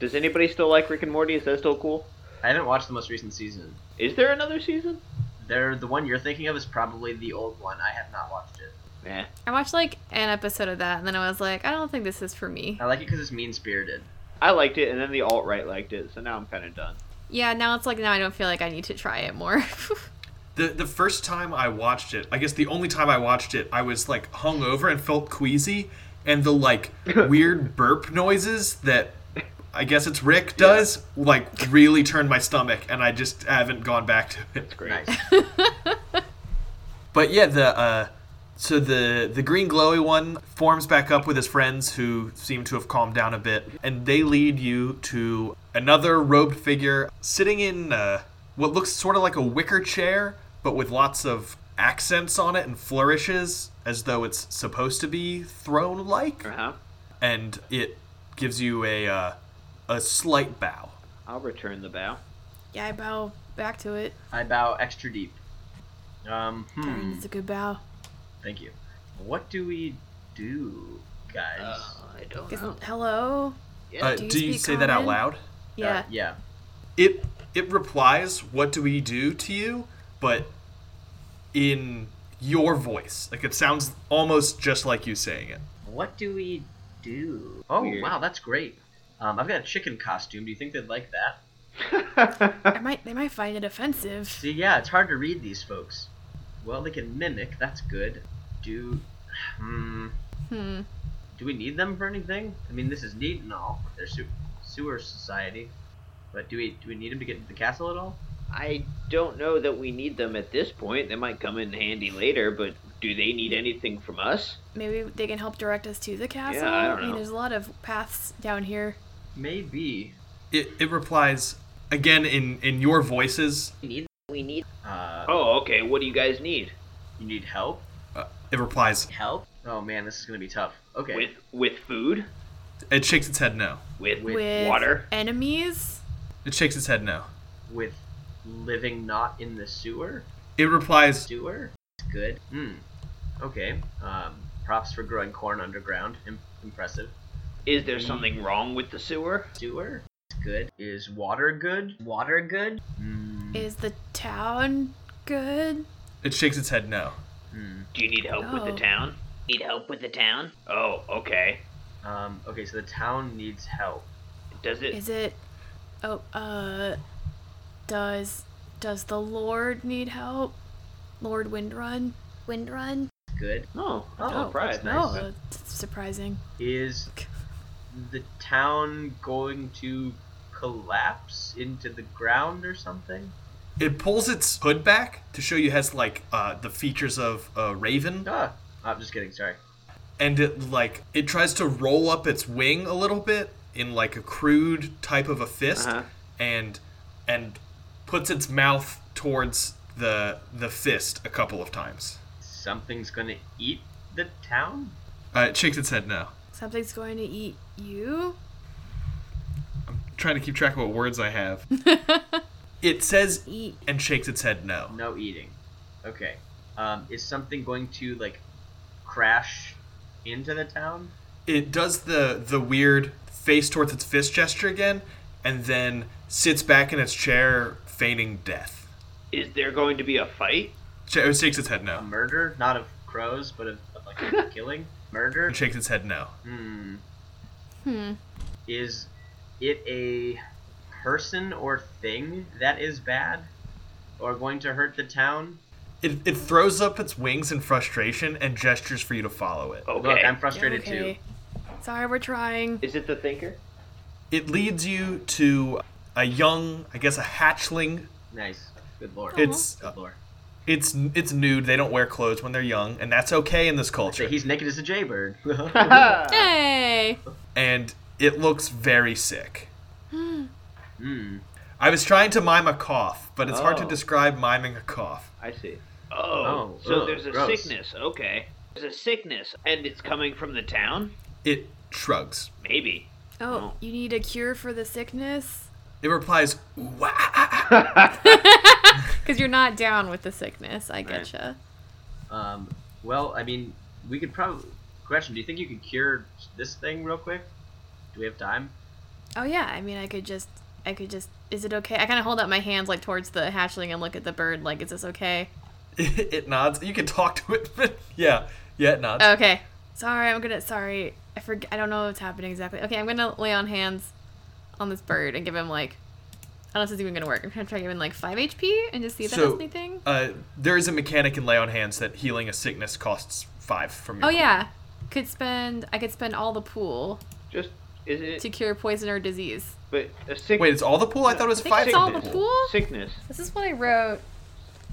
Does anybody still like Rick and Morty? Is that still cool?
*laughs* I haven't watched the most recent season.
Is there another season?
There, the one you're thinking of is probably the old one. I have not watched it.
Eh.
I watched like an episode of that, and then I was like, I don't think this is for me.
I like it because it's mean spirited.
I liked it, and then the alt right liked it, so now I'm kind of done.
Yeah, now it's like now I don't feel like I need to try it more. *laughs*
The the first time I watched it, I guess the only time I watched it, I was like hungover and felt queasy, and the like weird burp noises that I guess it's Rick does like really turned my stomach, and I just haven't gone back to it.
Great.
Nice.
But yeah, the uh, so the the green glowy one forms back up with his friends who seem to have calmed down a bit, and they lead you to another robed figure sitting in uh, what looks sort of like a wicker chair, but with lots of accents on it and flourishes, as though it's supposed to be throne like,
Uh huh.
and it gives you a uh, a slight bow.
I'll return the bow.
yeah, I bow back to it.
I bow extra deep. Um, hmm.
It's a good bow.
Thank you. What do we do, guys?
Uh, I don't
Guess- Hello.
Uh,
Do
do
you
you,
speak
say that out
common?
loud?
Yeah.
Uh, yeah.
it it replies what do we do to you but in your voice like it sounds almost just like you saying it
What do we do? Oh,
Weird.
wow, that's great. Um, I've got a chicken costume. Do you think they'd like that?
*laughs*
I might. They might find it offensive.
See, yeah, it's hard to read these folks. Well, they can mimic. That's good. Do, hmm,
Hmm.
do we need them for anything? I mean, this is neat and all. They're su- sewer society, but do we do we need them to get into the castle at all?
I don't know that we need them at this point. They might come in handy later, but do they need anything from us?
Maybe they can help direct us to the castle.
I don't
mean,
know.
there's a lot of paths down here.
Maybe.
it, it replies again in in your voices
We need. We need.
Uh,
Oh, okay. What do you guys need?
you need help?
uh, it replies
Help? Oh man, this is gonna be tough. Okay.
With with food?
it shakes its head no
With,
With-
With
water?
enemies.
it shakes its head no
with living not in the sewer?
it replies
Sewer? Good. Hmm. Okay. Um, props for growing corn underground. Im- impressive.
Is there something wrong with the sewer?
Sewer? Good. Is water good? Water good? Hmm.
Is the town good?
it shakes its head no
Hmm.
Do you need help with
No.
the town? Need help with the town? Oh, okay.
Um, okay, so the town needs help.
Does it?
Is it? Oh, uh, does does the Lord need help? Lord Windrun. Windrun.
Good.
oh, I'm
Oh,
surprised.
that's nice.
Oh, that's surprising.
Is the town going to collapse into the ground or something?
it pulls its hood back to show you has like uh, the features of a raven
Ah, I'm just kidding. Sorry.
and it like it tries to roll up its wing a little bit in like a crude type of a fist
Uh-huh.
and and puts its mouth towards the the fist a couple of times
Something's gonna eat the town?
uh, it shakes its head no
Something's going to eat you.
trying to keep track of what words i have it says "e"
Eat.
and shakes its head no
No eating. Okay. Um, is something going to like crash into the town?
it does the the weird face towards its fist gesture again and then sits back in its chair feigning death
Is there going to be a fight?
Sh- it shakes its head
A
no
murder, not of crows, but of, of like a killing. Murder.
and shakes its head no
Hmm.
Hmm.
Is it a person or thing that is bad or going to hurt the town?
It, it throws up its wings in frustration and gestures for you to follow it.
Okay.
Look, I'm frustrated
okay.
too.
Sorry, we're trying.
Is it the thinker?
It leads you to a young, I guess, a hatchling.
Nice. Good lord.
It's
Good lord.
it's it's nude. They don't wear clothes when they're young, and that's okay in this culture.
He's naked as a jaybird. *laughs*
Hey.
And it looks very sick.
Hmm.
I was trying to mime a cough, but it's hard to
Oh.
describe miming a cough.
I see. Oh,
Oh,
so
ugh,
there's a
gross.
sickness. Okay. There's a sickness, and it's coming from the town?
It shrugs.
Maybe.
Oh,
Oh.
you need a cure for the sickness?
It replies, "Wah." *laughs*
Because you're not down with the sickness. I
Right.
getcha.
Um, well, I mean, we could probably. Question: Do you think you could cure this thing real quick? Do we have time?
Oh yeah. I mean, I could just. I could just. Is it okay? I kind of hold up my hands like towards the hatchling and look at the bird. Like, is this okay?
It *laughs* nods. You can talk to it, but yeah, Yeah, not.
Okay. Sorry, I'm gonna. Sorry, I forget. I don't know what's happening exactly. Okay, I'm gonna lay on hands on this bird and give him like. I don't know if this is even gonna work. I'm gonna try to give him like five HP and just see if that does anything.
Uh, there is a mechanic in Lay on Hands that healing a sickness costs five from your
oh yeah, could spend. I could spend all the pool
Just is
to
it?
cure poison or disease.
But a sick,
Wait, it's all the pool? I thought it was
I think
five.
it's all
from
the
the
pool.
sickness.
This is what I wrote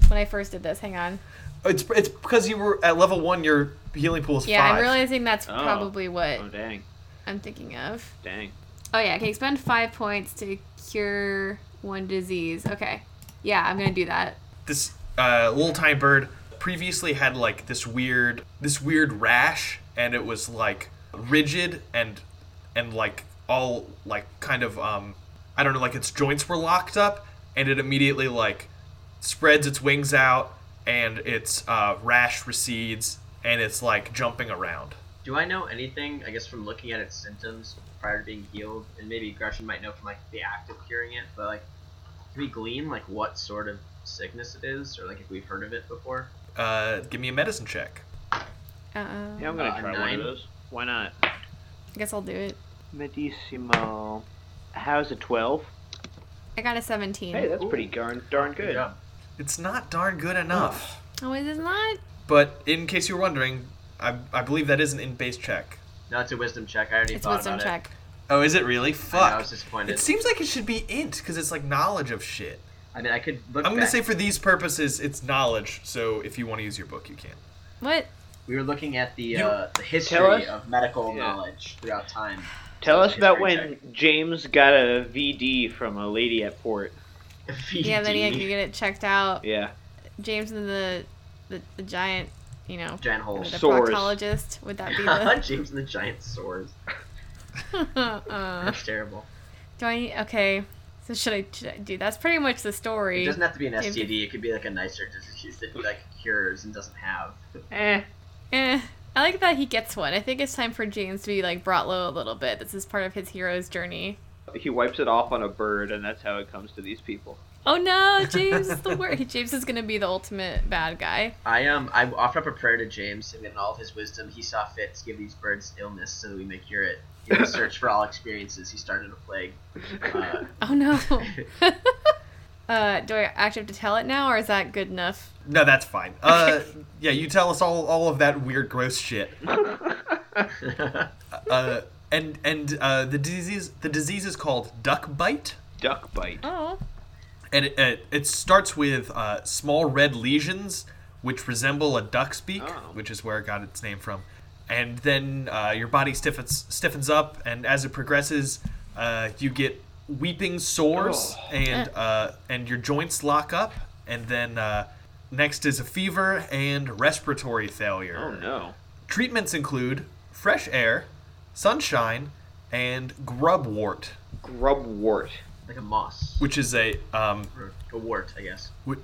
when I first did this. Hang on.
It's it's because you were at level one. Your healing pool is
Yeah, i
five.
I'm realizing that's
Oh.
probably what
Oh dang,
I'm thinking of.
dang.
Oh yeah, I can expend five points to cure one disease. Okay. Yeah, I'm gonna do that.
This uh, little tiny bird previously had like this weird this weird rash, and it was like rigid and and like all like kind of um I don't know like its joints were locked up, and it immediately like spreads its wings out, and its uh, rash recedes, and it's like jumping around.
Do I know anything, I guess, from looking at its symptoms prior to being healed? And maybe Gresham might know from, like, the act of curing it, but, like, can we glean, like, what sort of sickness it is? Or, like, if we've heard of it before?
Uh, give me a medicine check.
Uh-oh.
Yeah, I'm gonna
Uh,
try one
nine.
of those. Why not?
I guess I'll do it.
Medissimo. How's a twelve?
I got a 17.
Hey, that's pretty darn darn good.
job.
It's not darn good enough.
oh, is this not?
But in case you were wondering, I, I believe that is an in base check.
No, it's a wisdom check. I already
It's
thought
wisdom
about
check.
Oh, is it really?
it. I know,
Fuck.
I was disappointed.
it seems like it should be int because it's like knowledge of shit.
I mean, I could look
I'm gonna
back.
say for these purposes, it's knowledge. So if you want to use your book, you can.
What?
We were looking at the,
You-
uh, the
Tell us.
history of medical
Yeah.
knowledge throughout time. *laughs*
Tell us
History
about when James got a VD from a lady at port.
Yeah, then yeah, you get it checked out.
Yeah.
James and the the, the giant, you know,
Giant *laughs*
the
holes.
Sores.
proctologist.
*laughs*
Would that be
*laughs*
the? *laughs*
James and the giant swords.
uh, *laughs*
That's terrible.
do I need? Okay. So should I, should I do? That's pretty much the
It
story.
doesn't have to be an
James-
STD. It could be like a nicer disease that he like cures and doesn't have.
Eh.
Eh, I like that he gets one. I think it's time for James to be like brought low a little bit. This is part of his hero's journey.
He wipes it off on a bird, and that's how it comes to these people.
Oh no, James is the worst. *laughs* James is gonna be the ultimate bad guy.
I um I offered up a prayer to James, and in all of his wisdom, he saw fit to give these birds illness so that we may cure it. In his search for all experiences, he started a plague. Uh,
Oh *laughs* no. uh, do I actually have to tell it now, or is that good enough?
No, that's fine. Uh, *laughs* yeah, you tell us all all of that weird, gross
*laughs*
shit. uh, and and uh, the disease the disease is called duck bite.
Duck bite.
Oh,
and it, it, it starts with uh, small red lesions which resemble a duck's beak
Oh.
which is where it got its name from and then uh, your body stiffens, stiffens up and as it progresses uh, you get weeping sores
Oh.
and uh, and your joints lock up and then uh, next is a fever and respiratory failure
Oh no.
treatments include fresh air sunshine and grub wart
Grub wart.
like a moss.
which is a um,
Or a wart, I guess.
Wh-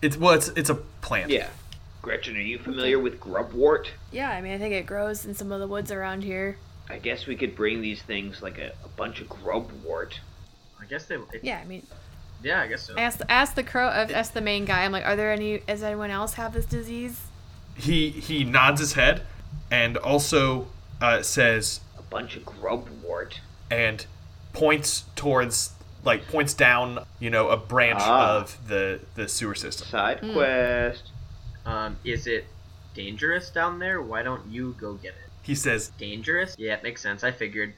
It's well, it's it's a plant.
Yeah. Gretchen, are you familiar with grub wart?
yeah. I mean, I think it grows in some of the woods around here.
I guess we could bring these things like a, a bunch of grub wart.
I guess they. It, yeah.
Yeah, I mean,
I guess so.
I asked I asked the crow, I asked the main guy. I'm like, are there any? Does anyone else have this disease?
He he nods his head, and also uh, says
A bunch of grub wart.
and points towards like points down you know a branch
Ah.
of the the sewer system.
Side quest.
Um, is it dangerous down there? Why don't you go get it?
He says
Dangerous? Yeah, it makes sense. I figured.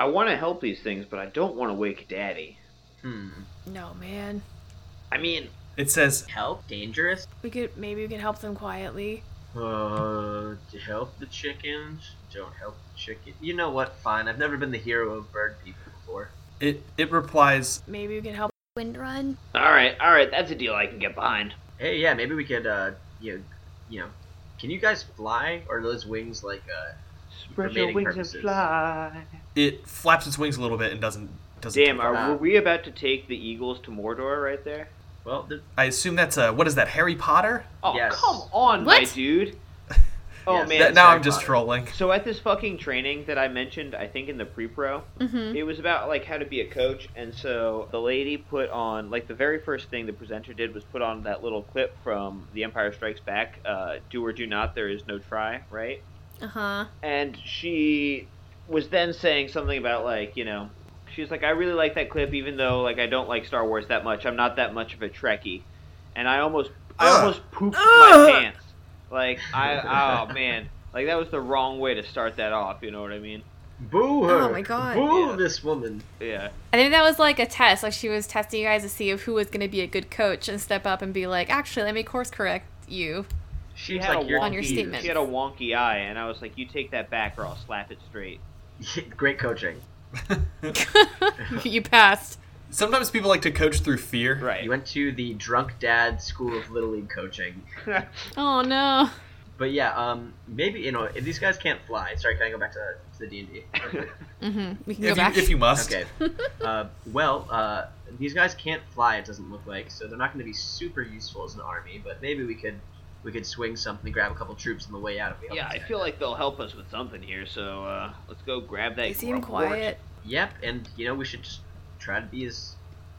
I want to help these things, but I don't want to wake Daddy.
Hmm.
No, man.
I mean,
it says
Help? Dangerous?
We could maybe we could help them quietly.
Uh, to help the chickens? Don't help the chicken. You know what? Fine. I've never been the hero of bird people before.
it it replies
Maybe we can help Windrun.
all right, all right, that's a deal I can get behind.
Hey, yeah, maybe we could, uh, you know, you know, can you guys fly? Or are those wings like, uh,
Spread your
mating
wings
purposes.
and fly.
it flaps its wings a little bit and doesn't doesn't.
Damn,
take off.
are, were we about to take the Eagles to Mordor right there?
well, the,
I assume that's a what is that Harry Potter?
Oh,
Yes.
come on, my
What?
dude. Oh
Yes.
man.
That-
it's
now
Harry
I'm just
Potter.
trolling.
So at this fucking training that I mentioned, I think in the pre-pro,
Mm-hmm.
Mm-hmm.
it was about like how to be a coach, and so the lady put on like the very first thing the presenter did was put on that little clip from The Empire Strikes Back, uh, "Do or do not, there is no try," right?
Uh huh.
and she was then saying something about like you know she was like i really like that clip even though like i don't like star wars that much i'm not that much of a trekkie and i almost i
Ugh.
almost pooped
Ugh.
my pants like i oh man like that was the wrong way to start that off you know what i mean
Boo her.
Oh my God.
Boo
Yeah.
this woman.
yeah
I think that was like a test. Like she was testing you guys to see if who was going to be a good coach and step up and be like, actually, let me course correct you. *laughs*
she
She's
had,
like
a
your
On your
ears.
statement.
she had a wonky eye and i was like you take that back or i'll slap it straight
*laughs* Great coaching.
you passed.
Sometimes people like to coach through fear.
right
You went to the drunk dad school of little league coaching.
Oh no.
But yeah, um, maybe you know if these guys can't fly. Sorry, can I go back to, to the D and D?
*laughs*
We can go
If you,
back.
if you must.
Okay. Uh, well, uh, these guys can't fly. It doesn't look like, so they're not going to be super useful as an army. But maybe we could we could swing something, grab a couple troops on the way out if we help
yeah i
these guys.
feel like they'll help us with something here so uh, let's go grab that
They seem
report.
quiet.
Yep, and you know we should just try to be as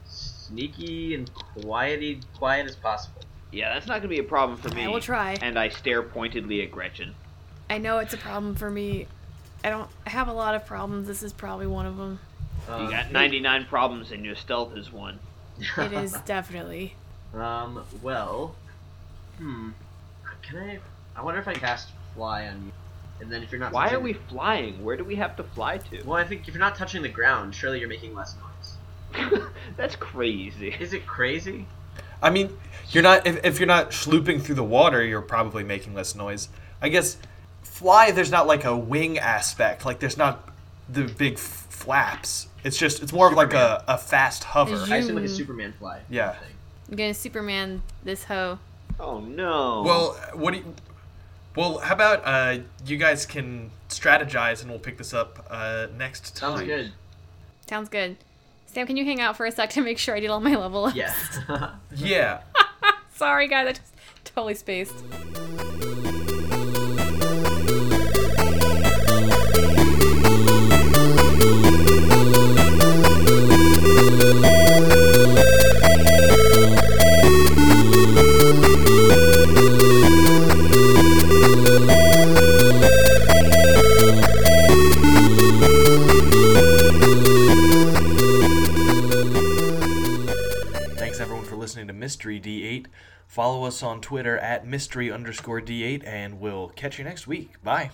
sneaky and quiety quiet as possible.
Yeah, that's not gonna be a problem for me.
I will try.
And I stare pointedly at Gretchen.
I know it's a problem for me. I don't. I have a lot of problems. This is probably one of them.
Um,
You got 99 problems and your stealth is one.
*laughs*
It is definitely.
Um. Well. Hmm. Can I? I wonder if I cast fly on you, and then if you're not.
Why are
touching-
we flying? Where do we have to fly to? *laughs*
Well, I think if you're not touching the ground, surely you're making less noise.
that's crazy.
Is it crazy?
I mean, you're not if, if you're not slooping through the water, you're probably making less noise. I guess fly there's not like a wing aspect, like there's not the big f- flaps. It's just it's more of like a, a fast hover.
Is
I
you-
assume like a
Hmm.
Superman fly.
Yeah.
thing.
I'm gonna Superman this hoe.
Oh no.
Well, what do you, well, how about uh, you guys can strategize and we'll pick this up uh, next time.
Sounds good.
Sounds good. Sam, can you hang out for a sec to make sure I did all my level ups?
Yeah.
*laughs*
Yeah.
*laughs* Sorry, guys. I just totally spaced.
Thanks everyone for listening to Mystery D8. Follow us on Twitter at mystery underscore D8, and we'll catch you next week. Bye.